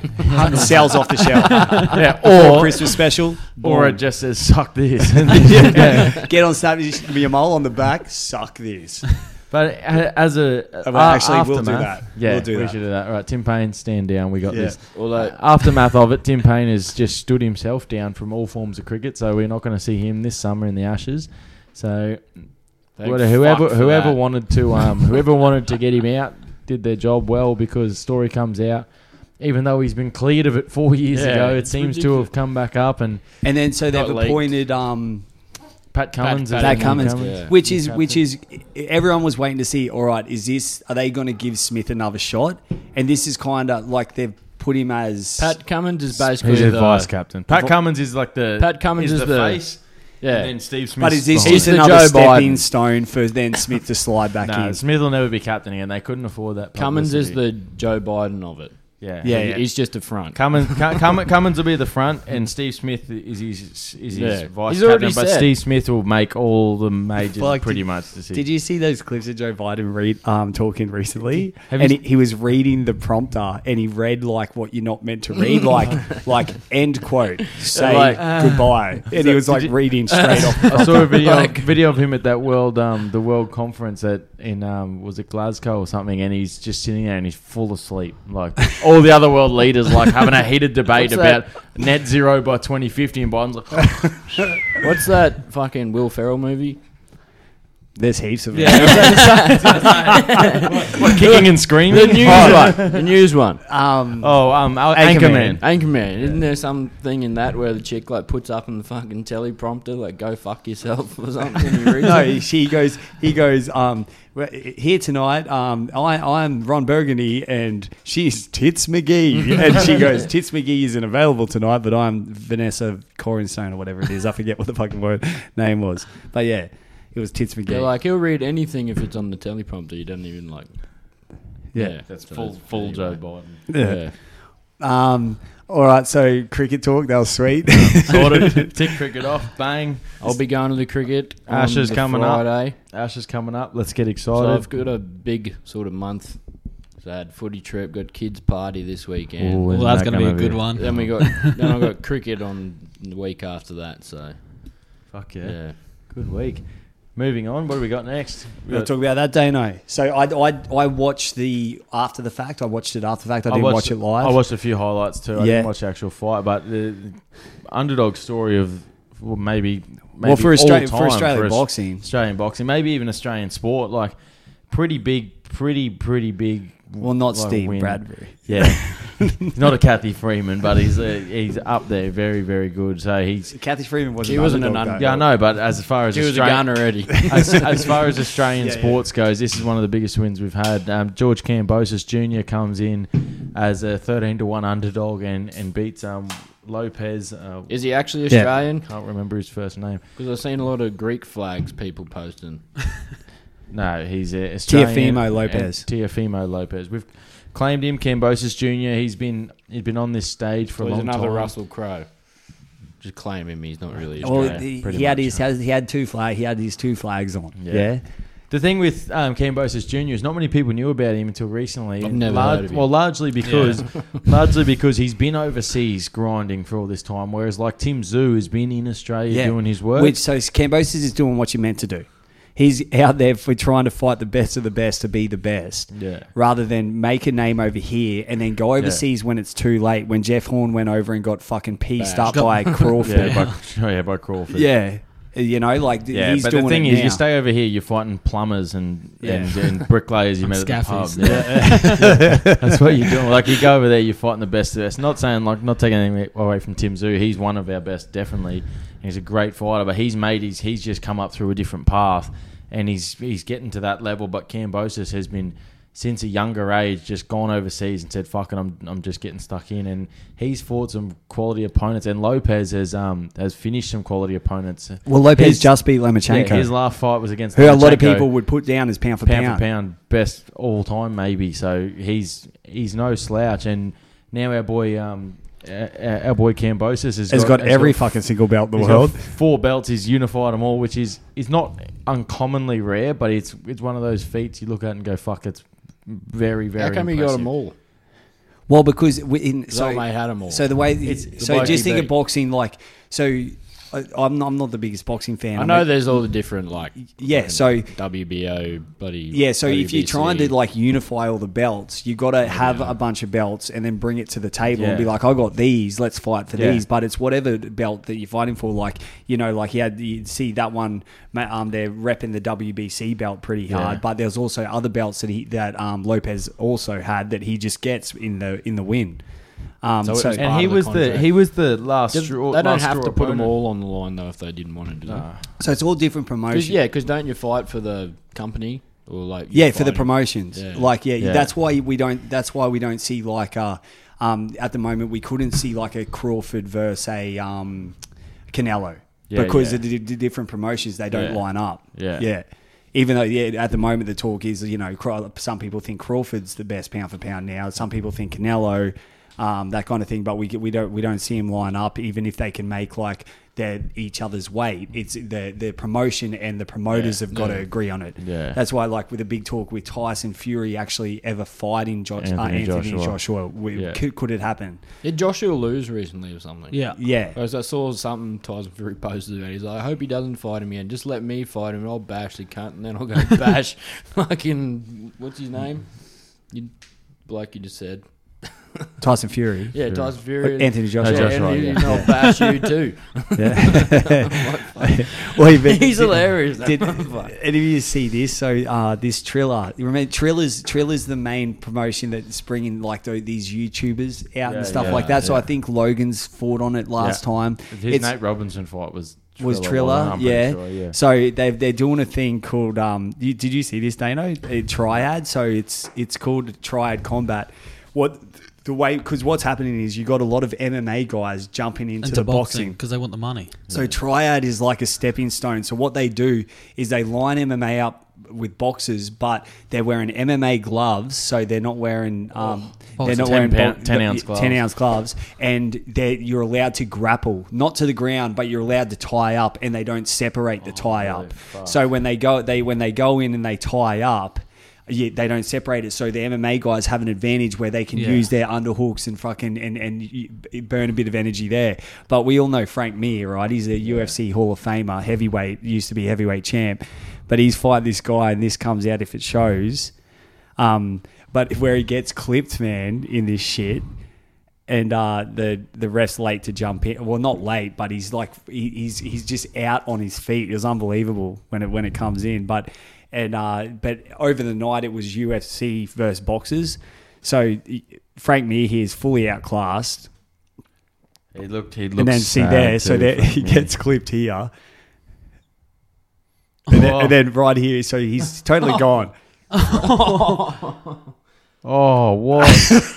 Sells off the shelf.
yeah,
or
or
Christmas special.
or
Boom.
it just says suck this.
Get on Snap, you mole on the back. Suck this.
But a- as a
Uh, well,
a-
actually, we'll do
aftermath-
that.
Yeah,
We'll do
we
that.
should do that. All right, Tim Payne, stand down. We got
Yeah.
this.
Although-
Uh, aftermath of it, Tim Payne has just stood himself down from all forms of cricket, so we're not going to see him this summer in the Ashes. So
Thank
what- whoever
fuck for
whoever
that.
wanted to um, whoever wanted to get him out did their job well because story comes out. Even though he's been cleared of it four years
Yeah,
ago, it
it's
seems to
ridiculous.
have come back up. And
And then so they've
Got leaked.
appointed um,
Pat Cummins,
Pat
is
Pat
the new
Cummins,
Yeah.
which
new
is
captain.
which is everyone was waiting to see. All right, is this? Are they going to give Smith another shot? And this is kind of like they've put him as
Pat Cummins is basically
He's the
the
vice captain. Pat Cummins is like the
Pat Cummins is the- Yeah,
and then Steve Smith.
But is this
behind
just
him. He's the
another
Joe
stepping
Biden.
stone for then Smith to slide back
No,
in?
Smith will never be captain again. They couldn't afford that.
Cummins is
publicity.
the Joe Biden of it.
yeah
Yeah,
He- He's just a front.
Cummins, Cum- Cum- Cummins will be the front, and Steve Smith is his is his
Yeah.
vice
He's
captain.
already
But
said.
Steve Smith will make all the majors
Fuck,
pretty
did-
much decisions.
Did you see those clips of Joe Biden read, um, talking recently?
Have
and
you-
he, he was reading the prompter, and he read like what you're not meant to read, like like uh, end quote, say
Like,
goodbye, and he was like
did you-
reading straight off.
I saw a video video of him at that world um, the world conference at in um, was it Glasgow or something, and he's just sitting there and he's full of sleep. Like all the other world leaders, like having a heated debate
What's
about net zero by 2050, and Biden's like,
What's that fucking Will Ferrell movie?
There's heaps of it.
Oh, kicking and screaming.
The news one. The news one.
Um,
Oh, um, Al-
Anchorman.
Anchorman.
Anchorman. Isn't there something in that where the chick like puts up in the fucking teleprompter like "Go fuck yourself" or something? and he reads it?
no, she goes. He goes. Um, "Well, here tonight. Um, I I'm Ron Burgundy, and she's Tits McGee, and she goes. Tits McGee isn't available tonight, but I'm Vanessa Corinstone or whatever it is. I forget what the fucking word name was, but yeah, it was Tits McGee.
Yeah, like he'll read anything if it's on the teleprompter. You don't even like.
Yeah.
That's
so
full,
that's-
full Joe
anyway.
Biden.
Yeah.
Um. All right. So cricket talk. That was sweet.
Sorted. Tick cricket off. Bang.
I'll be going to the cricket. on
Ashes
the
coming up.
Friday.
Ash is coming up. Let's get
So
excited.
I've got a big sort of month. So I had footy trip, got kids party this weekend.
Ooh,
Well,
isn't
that's
that
going to be
gonna
a
be-
good one.
Then we got then I got cricket on the week after that. So
Fuck
yeah,
yeah. Good week. Moving on. What do we got next? We
We'll
got-
talk about that, Dano. So I, I I watched the after the fact. I watched it after the fact. I didn't watch it live.
I watched a few highlights too. I
Yeah.
didn't watch the actual fight, but the underdog story of well, maybe, maybe
well for
all
Australia
time
for Australian
Aus-
boxing.
Australian boxing, maybe even Australian sport. Like pretty big, pretty pretty big.
Well, not
like,
Steve
win.
Bradbury.
Yeah, he's not a Kathy Freeman, but he's uh, he's up there, very very good. So he's
Kathy Freeman was
She wasn't an
underdog,
un-
though.
yeah, I know, but as far as
she was a
Australian-
gun already.
as, as far as Australian
Yeah, yeah.
sports goes, this is one of the biggest wins we've had. Um, George Cambosis Jr. comes in as a 13 to 1 underdog and, and beats um, Lopez. Uh,
Is he actually Australian?
can't remember his first name.
Because I've seen a lot of Greek flags people posting.
No, he's a Australian.
Teofimo
and
Lopez.
Teofimo Lopez. We've claimed him, Cambosis Jr. He's been he's been on this stage for
Well,
a
he's
long
another
time.
Russell Crowe. Just claim him. He's not really
Well,
Australian.
he,
pretty
he had
much,
his he had two flag he had his two flags on. Yeah.
Yeah. The thing with um, Cambosis Jr. is not many people knew about him until recently.
I've never
Lar-
heard of him.
Well, largely because, largely because he's been overseas grinding for all this time, whereas like Tim Zoo has been in Australia
Yeah.
doing his work.
Which so Cambosis is doing what you're meant to do. he's out there for trying to fight the best of the best to be the best.
Yeah.
Rather than make a name over here and then go overseas when it's too late. When Jeff Horn went over and got fucking pieced
Bashed.
up by Crawford.
Yeah,
yeah.
by, oh yeah, by Crawford.
You know, like th-
Yeah,
he's
but
doing
the thing
it
is,
now.
you stay over here, you're fighting plumbers and
Yeah.
and, and bricklayers you
And
met at the pub.
scaffies.
Yeah. That's what you're doing. Like you go over there, you're fighting the best of the best. Not saying like not taking anything away from Tim Zoo. He's one of our best, definitely. He's a great fighter, but he's made his he's just come up through a different path, and he's he's getting to that level. But Cambosis has been. Since a younger age, just gone overseas and said, "Fuck it, I'm, I'm just getting stuck in." And he's fought some quality opponents, and Lopez has um has finished some quality opponents.
Well, Lopez
His-
just beat
yeah,
Lomachenko,
his last fight was against
who a lot of
Lomachenko,
people would put down as pound for
pound,
pound.
for pound best all time maybe. So he's he's no slouch, and now our boy um our, our boy Cambosis has
Has got, every
fucking
fucking single belt in the
He's got
world.
four belts. He's unified them all, which is is not uncommonly rare, but it's it's one of those feats you look at and go, fuck, it's very very.
How come you
impressive.
got them all?
Well, because we- in
So
so
mate had them all.
so the way
It's-
so
the
just
bloke
think
he
of
beat.
boxing like so. I, I'm I'm not the biggest boxing fan.
I
I'm
know
a-
there's all the different like
Yeah,
fucking
so-
WBO bloody
Yeah, so if you're
WBC.
trying to like unify all the belts, you got to have a bunch of belts and then bring it to the table and be
Yeah.
like, I got these, let's fight for
Yeah.
these. But it's whatever belt that you're fighting for. Like you know, like yeah, you see that one. ma- Um, they're repping the WBC belt pretty hard,
Yeah.
but there's also other belts that he that um, Lopez also had that he just gets in the in the win. Um,
So
so,
it was
And
Part
he
of the
was the
contract.
he was the last
Does-
straw.
they don't
last
have
straw
to put them
opponent.
all on the line though if they didn't want to do that.
Nah.
so it's all different
'Cause,
promotions.
yeah, because don't you fight for the company or like
yeah
you're
for the
fighting-
promotions
Yeah.
like yeah,
Yeah.
that's why we don't that's why we don't see like uh um at the moment we couldn't see like a crawford versus a um canelo
Yeah,
because
yeah.
of the, the different promotions they don't
Yeah.
line up
Yeah.
yeah even though yeah at the moment the talk is you know Craw- some people think crawford's the best pound for pound now some people think canelo um, that kind of thing, but we we don't we don't see them line up. Even if they can make like their each other's weight, it's the the promotion and the promoters have got to agree on it.
Yeah.
That's why, like, with a big talk with Tyson Fury actually ever fighting jo- Anthony, uh,
Anthony
Anthony Joshua,
Joshua.
we,
Yeah.
could, could it happen?
Did Joshua lose recently or something?
Yeah.
Yeah.
Because I saw something Tyson Fury posted about. it. He's like, I hope he doesn't fight him again. Just let me fight him, and I'll bash the cunt, and then I'll go bash fucking what's his name? You bloke you just said.
Tyson Fury.
Yeah,
Fury.
Tyson Fury. and-
Anthony
yeah,
Joshua.
Josh
and
Ryan,
he-
yeah.
and I'll bash you too.
Yeah. well, you've been-
He's hilarious. that
Did
motherfucker.
any of you see this? So uh, this Triller, you remember Triller's Triller's the main promotion that's bringing like tho- these YouTubers out
Yeah,
and stuff
yeah,
like that. So
yeah.
I think Logan's fought on it last
Yeah.
time.
His Nate Robinson fight was
was
Triller,
Triller,
wasn't it?
yeah.
I'm pretty sure, yeah.
So they've, they're doing a thing called. Um, you, did you see this, Dano? A triad. So it's it's called Triad Combat. What the way? Because what's happening is you got a lot of MMA guys jumping into
Into
the
boxing
boxing.
because they want the money.
So triad is like a stepping stone. So what they do is they line MMA up with boxers, but they're wearing MMA gloves, so they're not wearing um, they're
boxers.
not
10
wearing
Oh. pound- 10 ounce gloves.
ten ounce gloves, and they you're allowed to grapple, not to the ground, but you're allowed to tie up, and they don't separate
Oh,
the tie up. So when they go they when they go in and they tie up. Yeah, they don't separate it, so the MMA guys have an advantage where they can
Yeah.
use their underhooks and fucking and and you- it burn a bit of energy there. But we all know Frank Mir, right? He's a UFC Hall of Famer, heavyweight, used to be heavyweight champ, but he's fight this guy, and this comes out if it shows. Um, but where he gets clipped, man, in this shit, and uh, the the ref's late to jump in. Well, not late, but he's like he, he's he's just out on his feet. It was unbelievable when it when it comes in. But and uh, but over the night it was UFC versus boxers. So y- Frank Mir here is fully outclassed,
He looked. He looked.
and then see
sad
there. So
too,
there he
fucking-
gets clipped here, and, then, and then right here. So he's totally gone.
Oh, what?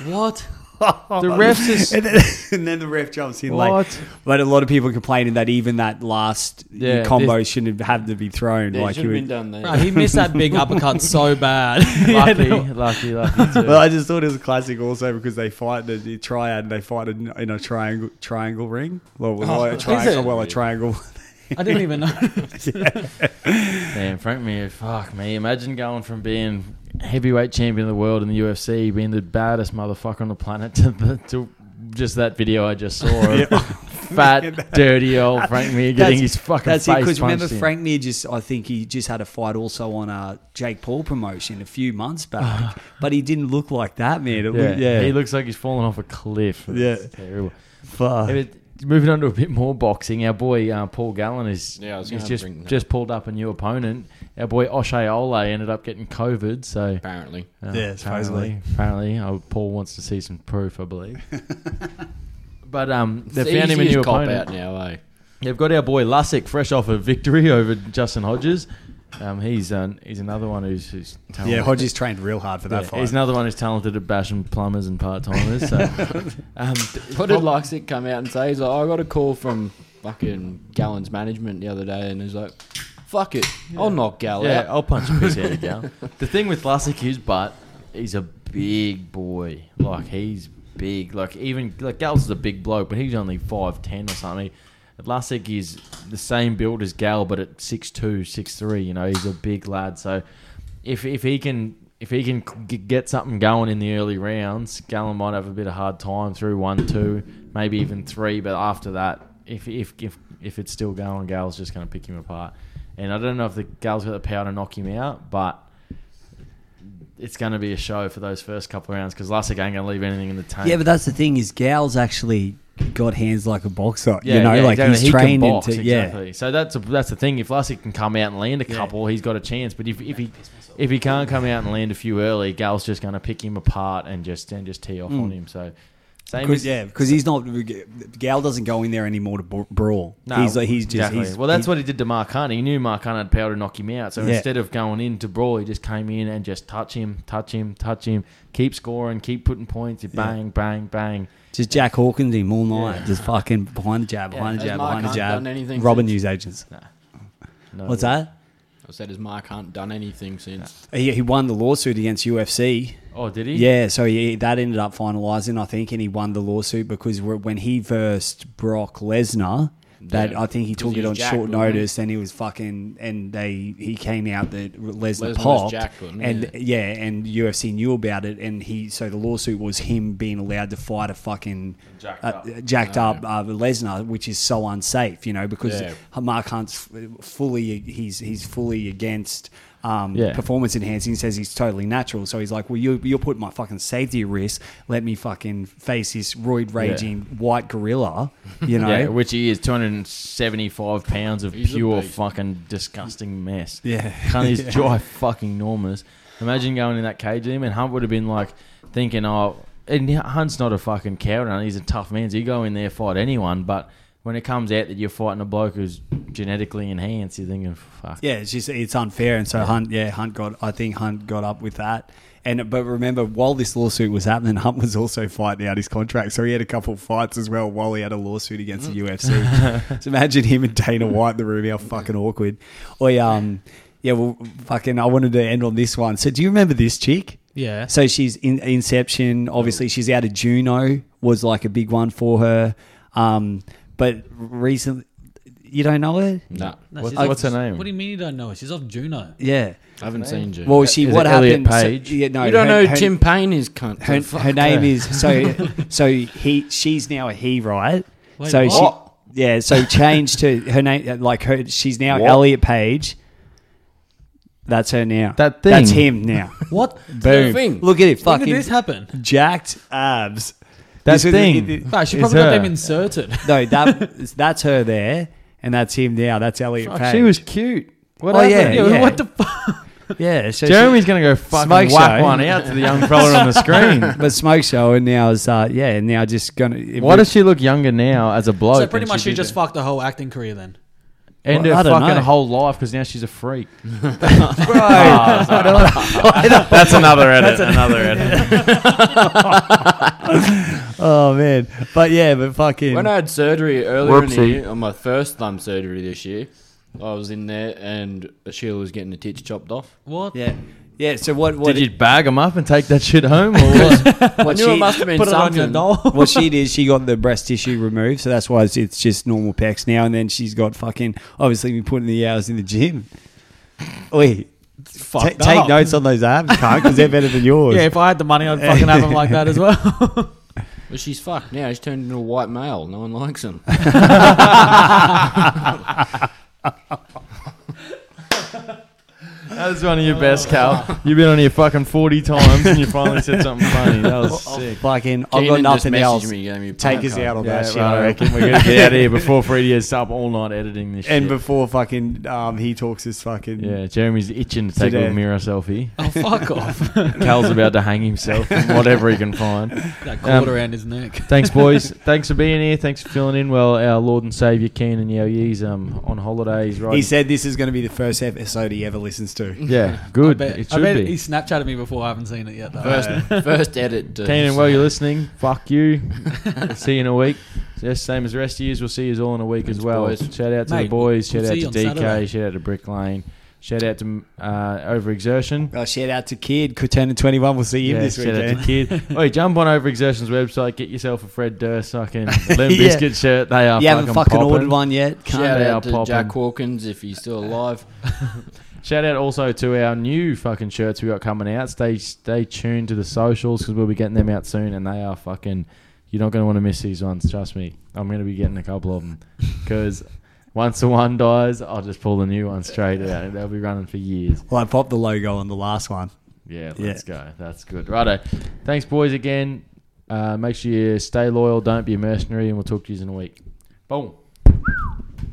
What?
the refs is.
And then, and then the ref jumps in late.
What?
But a lot of people complaining that even that last
Yeah,
combo shouldn't have to be thrown.
Yeah,
like
should
you
have
would-
been done there.
Bro, he missed that big uppercut so bad.
lucky, lucky, lucky. Too.
Well, I just thought it was a classic also because they fight the, the triad and they fight in, in a triangle triangle ring. Well, well, a
is
triangle.
it?
Well, a triangle.
I didn't even know.
Man, Frank Mir, fuck me. Imagine going from being heavyweight champion of the world in the UFC, being the baddest motherfucker on the planet, to, the, to just that video I just saw. Of fat, dirty old Frank Mir getting
That's-
his fucking
That's
face
it, because remember
punched in.
Frank Mir just, I think he just had a fight also on a Jake Paul promotion a few months back, but he didn't look like that man. It
Yeah.
looked- yeah,
he looks like he's fallen off a cliff. It's
Yeah. Ah.
terrible.
fuck.
Yeah, but moving on to a bit more boxing, our boy uh, Paul Gallen is
Yeah, I was
he's
gonna
just
bring that
just pulled up a new opponent. Our boy Oshay Ole ended up getting COVID, so
apparently.
uh,
Yeah, supposedly.
apparently, apparently oh, Paul wants to see some proof, I believe. but um, they
It's
found him a
easy
new
to cop
opponent.
out now, eh?
They've got our boy Lusick, fresh off a victory over Justin Hodges. Um, he's uh, he's another one who's, who's talented.
Yeah, Hodges trained real hard for that
Yeah,
fight.
he's another one who's talented at bashing plumbers and part timers. So, um,
What did Luxick come out and say? He's like, "Oh, I got a call from fucking Gallen's management the other day, and he's like, fuck it, I'll knock Gal
yeah,
out.
I'll punch a piece out of Gal. The thing with Lusick is, but he's a big boy. Like he's big. Like even like Gal's is a big bloke, but he's only five ten or something. Lusick is the same build as Gal, but at six two, six three. You know, he's a big lad. So if if he can. If he can g- get something going in the early rounds, Gallon might have a bit of hard time through one, two, maybe even three. But after that, if if if, if it's still going, Gal's just going to pick him apart. And I don't know if the Gal's got the power to knock him out, but it's going to be a show for those first couple of rounds because Lusick ain't going to leave anything in the tank.
yeah, but that's the thing is Gal's actually got hands like a boxer. you know, like
exactly.
he's
He can
trained
box,
into yeah.
exactly. So that's a, that's the thing. If Lusick can come out and land a couple, he's got a chance. But if, if he if he can't come out and land a few early, Gal's just going to pick him apart and just and just tee off on him. So same
Hmm. Because
as
yeah, because he's not Gal doesn't go in there anymore to bra- brawl. he's like he's just
exactly.
he's,
well, that's what he did to Mark Hunt. He knew Mark Hunt had power to knock him out. So
Yeah.
instead of going in to brawl, he just came in and just touch him, touch him, touch him, keep scoring, keep putting points. You bang, bang, bang.
Just Jack Hawkins him all night, just fucking behind the jab, behind the
Has
jab,
Mark
behind the
Hunt
jab,
done anything
robbing
since-
news agents.
No,
What's that?
I said, has Mark Hunt done anything since?
He, he won the lawsuit against UFC.
Oh, did he?
Yeah, so he, that ended up finalising, I think, and he won the lawsuit because wh- when he versed Brock Lesnar, that
Yeah.
I think he took
Because he
it
was
on
jacked,
short
wasn't he?
notice, and he was fucking, and they he came out that Lesnar
Lesnar was
popped,
jacked, wasn't he?
and yeah, and UFC knew about it, and he so the lawsuit was him being allowed to fight a fucking
Jacked
uh,
up.
jacked
Oh,
up uh, Lesnar, which is so unsafe, you know, because
Yeah.
Mark Hunt's f- fully he's he's fully against. Um,
Yeah.
performance enhancing says he's totally natural so he's like well you, you're putting my fucking safety at risk let me fucking face this roid raging white gorilla you know
Yeah, which he is 275 pounds of
He's a
pure
beast.
fucking disgusting mess.
Yeah.
Cunt is dry fucking enormous. Imagine going in that cage with him, and Hunt would have been like thinking, oh, and Hunt's not a fucking coward, he's a tough man, so you go in there, fight anyone. But when it comes out that you're fighting a bloke who's genetically enhanced, you're thinking, fuck.
Yeah, it's just it's unfair, and so Hunt, yeah, Hunt got. I think Hunt got up with that. And but remember, while this lawsuit was happening, Hunt was also fighting out his contract, so he had a couple of fights as well while he had a lawsuit against the UFC. so imagine him and Dana White in the room, how fucking awkward. Or um, yeah, well, fucking. I wanted to end on this one. So do you remember this chick?
Yeah.
So she's in Inception. Obviously, she's out of Juno was like a big one for her. Um, but recently, you don't know her.
No.
No,
What-
she's off-
what's her name?
What do you mean you don't know her? She's off Juno.
Yeah.
I haven't seen you.
Well, she
Uh, Is
what
it Elliot
happened? so-
Page?
yeah, no,
you don't
her-
know
her-
Tim Payne is cunt.
Her,
so
her
fuck
name is so so he she's now a he right
Wait,
so
what?
she yeah so changed to her name like her she's now
What?
Elliot Page that's her now
That
that's
thing.
him now
What?
Boom. thing.
look at it
When did
fucking
this happen?
jacked abs
That
This is-
thing.
it- it-
No, she
It's
probably got
her.
them inserted.
no that that's her there and that's him now that's Elliot Page
She was cute. What
Oh, yeah,
happened?
yeah.
What the fuck?
yeah so she-
Jeremy's going to go fucking
Smoke
whack
show.
one out to the young fella on the screen.
but smoke show and now is uh yeah and now just gonna
Why does she look younger now as a bloke?
So pretty
than
much she
did
just
it?
fucked her whole acting career then.
End
Well, I
her
don't
fucking
know.
whole life because now she's a freak.
bro
That's another edit. another edit.
oh man but yeah but fucking
When I had surgery earlier in the year, on my first thumb surgery this year, I was in there and Sheila was getting the tits chopped off.
What?
Yeah. Yeah. So what? What,
Did you bag them up and take that shit home, or what?
I
what
knew it
she
must have been
Put it on
something.
your doll.
what she did? She got the breast tissue removed, so that's why it's, it's just normal pecs now. And then she's got fucking obviously been putting the hours in the gym. Oi, ta-
Fucked
take
up.
notes on those abs, cunt, because they're better than yours.
Yeah, if I had the money, I'd fucking have them like that as well.
Well, she's fucked now. She's turned into a white male. No one likes him.
That was one of your best, Cal. You've been on here fucking 40 times and you finally said something funny. That was sick.
Fucking, I've got
Keenan just
nothing
messaged
else.
me, gave me a
Take
punk
us
card.
out on
Yeah,
that shit,
right,
I
oh, I
reckon.
reckon we're going to get out of here before Freddie is up all night editing this
And
shit.
before fucking um, he talks his fucking.
yeah, Jeremy's itching to take a
Today.
little mirror selfie.
Oh, fuck off.
Cal's about to hang himself from whatever he can find.
That cord around his neck.
Thanks, boys. Thanks for being here. Thanks for filling in. Well, our Lord and Saviour Keenan Yao Yee's um, on holidays, right?
He said this is going to be the first episode he ever listens to.
yeah, good.
I bet,
it
I
should
bet
be.
he Snapchatted me before. I haven't seen it yet, though.
First, first edit. uh,
Keenan, while you're listening, fuck you. see you in a week. Yes, same as the rest of yous. We'll see you all in a week as
Thanks,
well.
boys.
Shout out to the
Mate,
boys. Shout
we'll
out
see
to
you on
DK.
Saturday.
Shout out to Brick Lane. Shout out to uh, Overexertion.
Oh, shout out to Kid, could turn to 21. We'll see him
Yeah,
this
shout out to
weekend.
Kid. Oi, jump on Overexertion's website. Get yourself a Fred Durst fucking Limp
Yeah.
Biscuit shirt. They are
You
fucking,
haven't fucking
poppin'.
ordered one yet?
Can't
Shout
they are
out to
popping.
Jack Hawkins if he's still alive.
Shout out also to our new fucking shirts we got coming out. Stay stay tuned to the socials because we'll be getting them out soon, and they are fucking. You're not going to want to miss these ones. Trust me. I'm going to be getting a couple of them because once the one dies, I'll just pull the new one straight out, and they'll be running for years.
Well, I popped the logo on the last one.
Yeah,
Yeah.
let's go. That's good. Righto. Thanks, boys, again. Uh, make sure you stay loyal. Don't be a mercenary, and we'll talk to you in a week. Boom.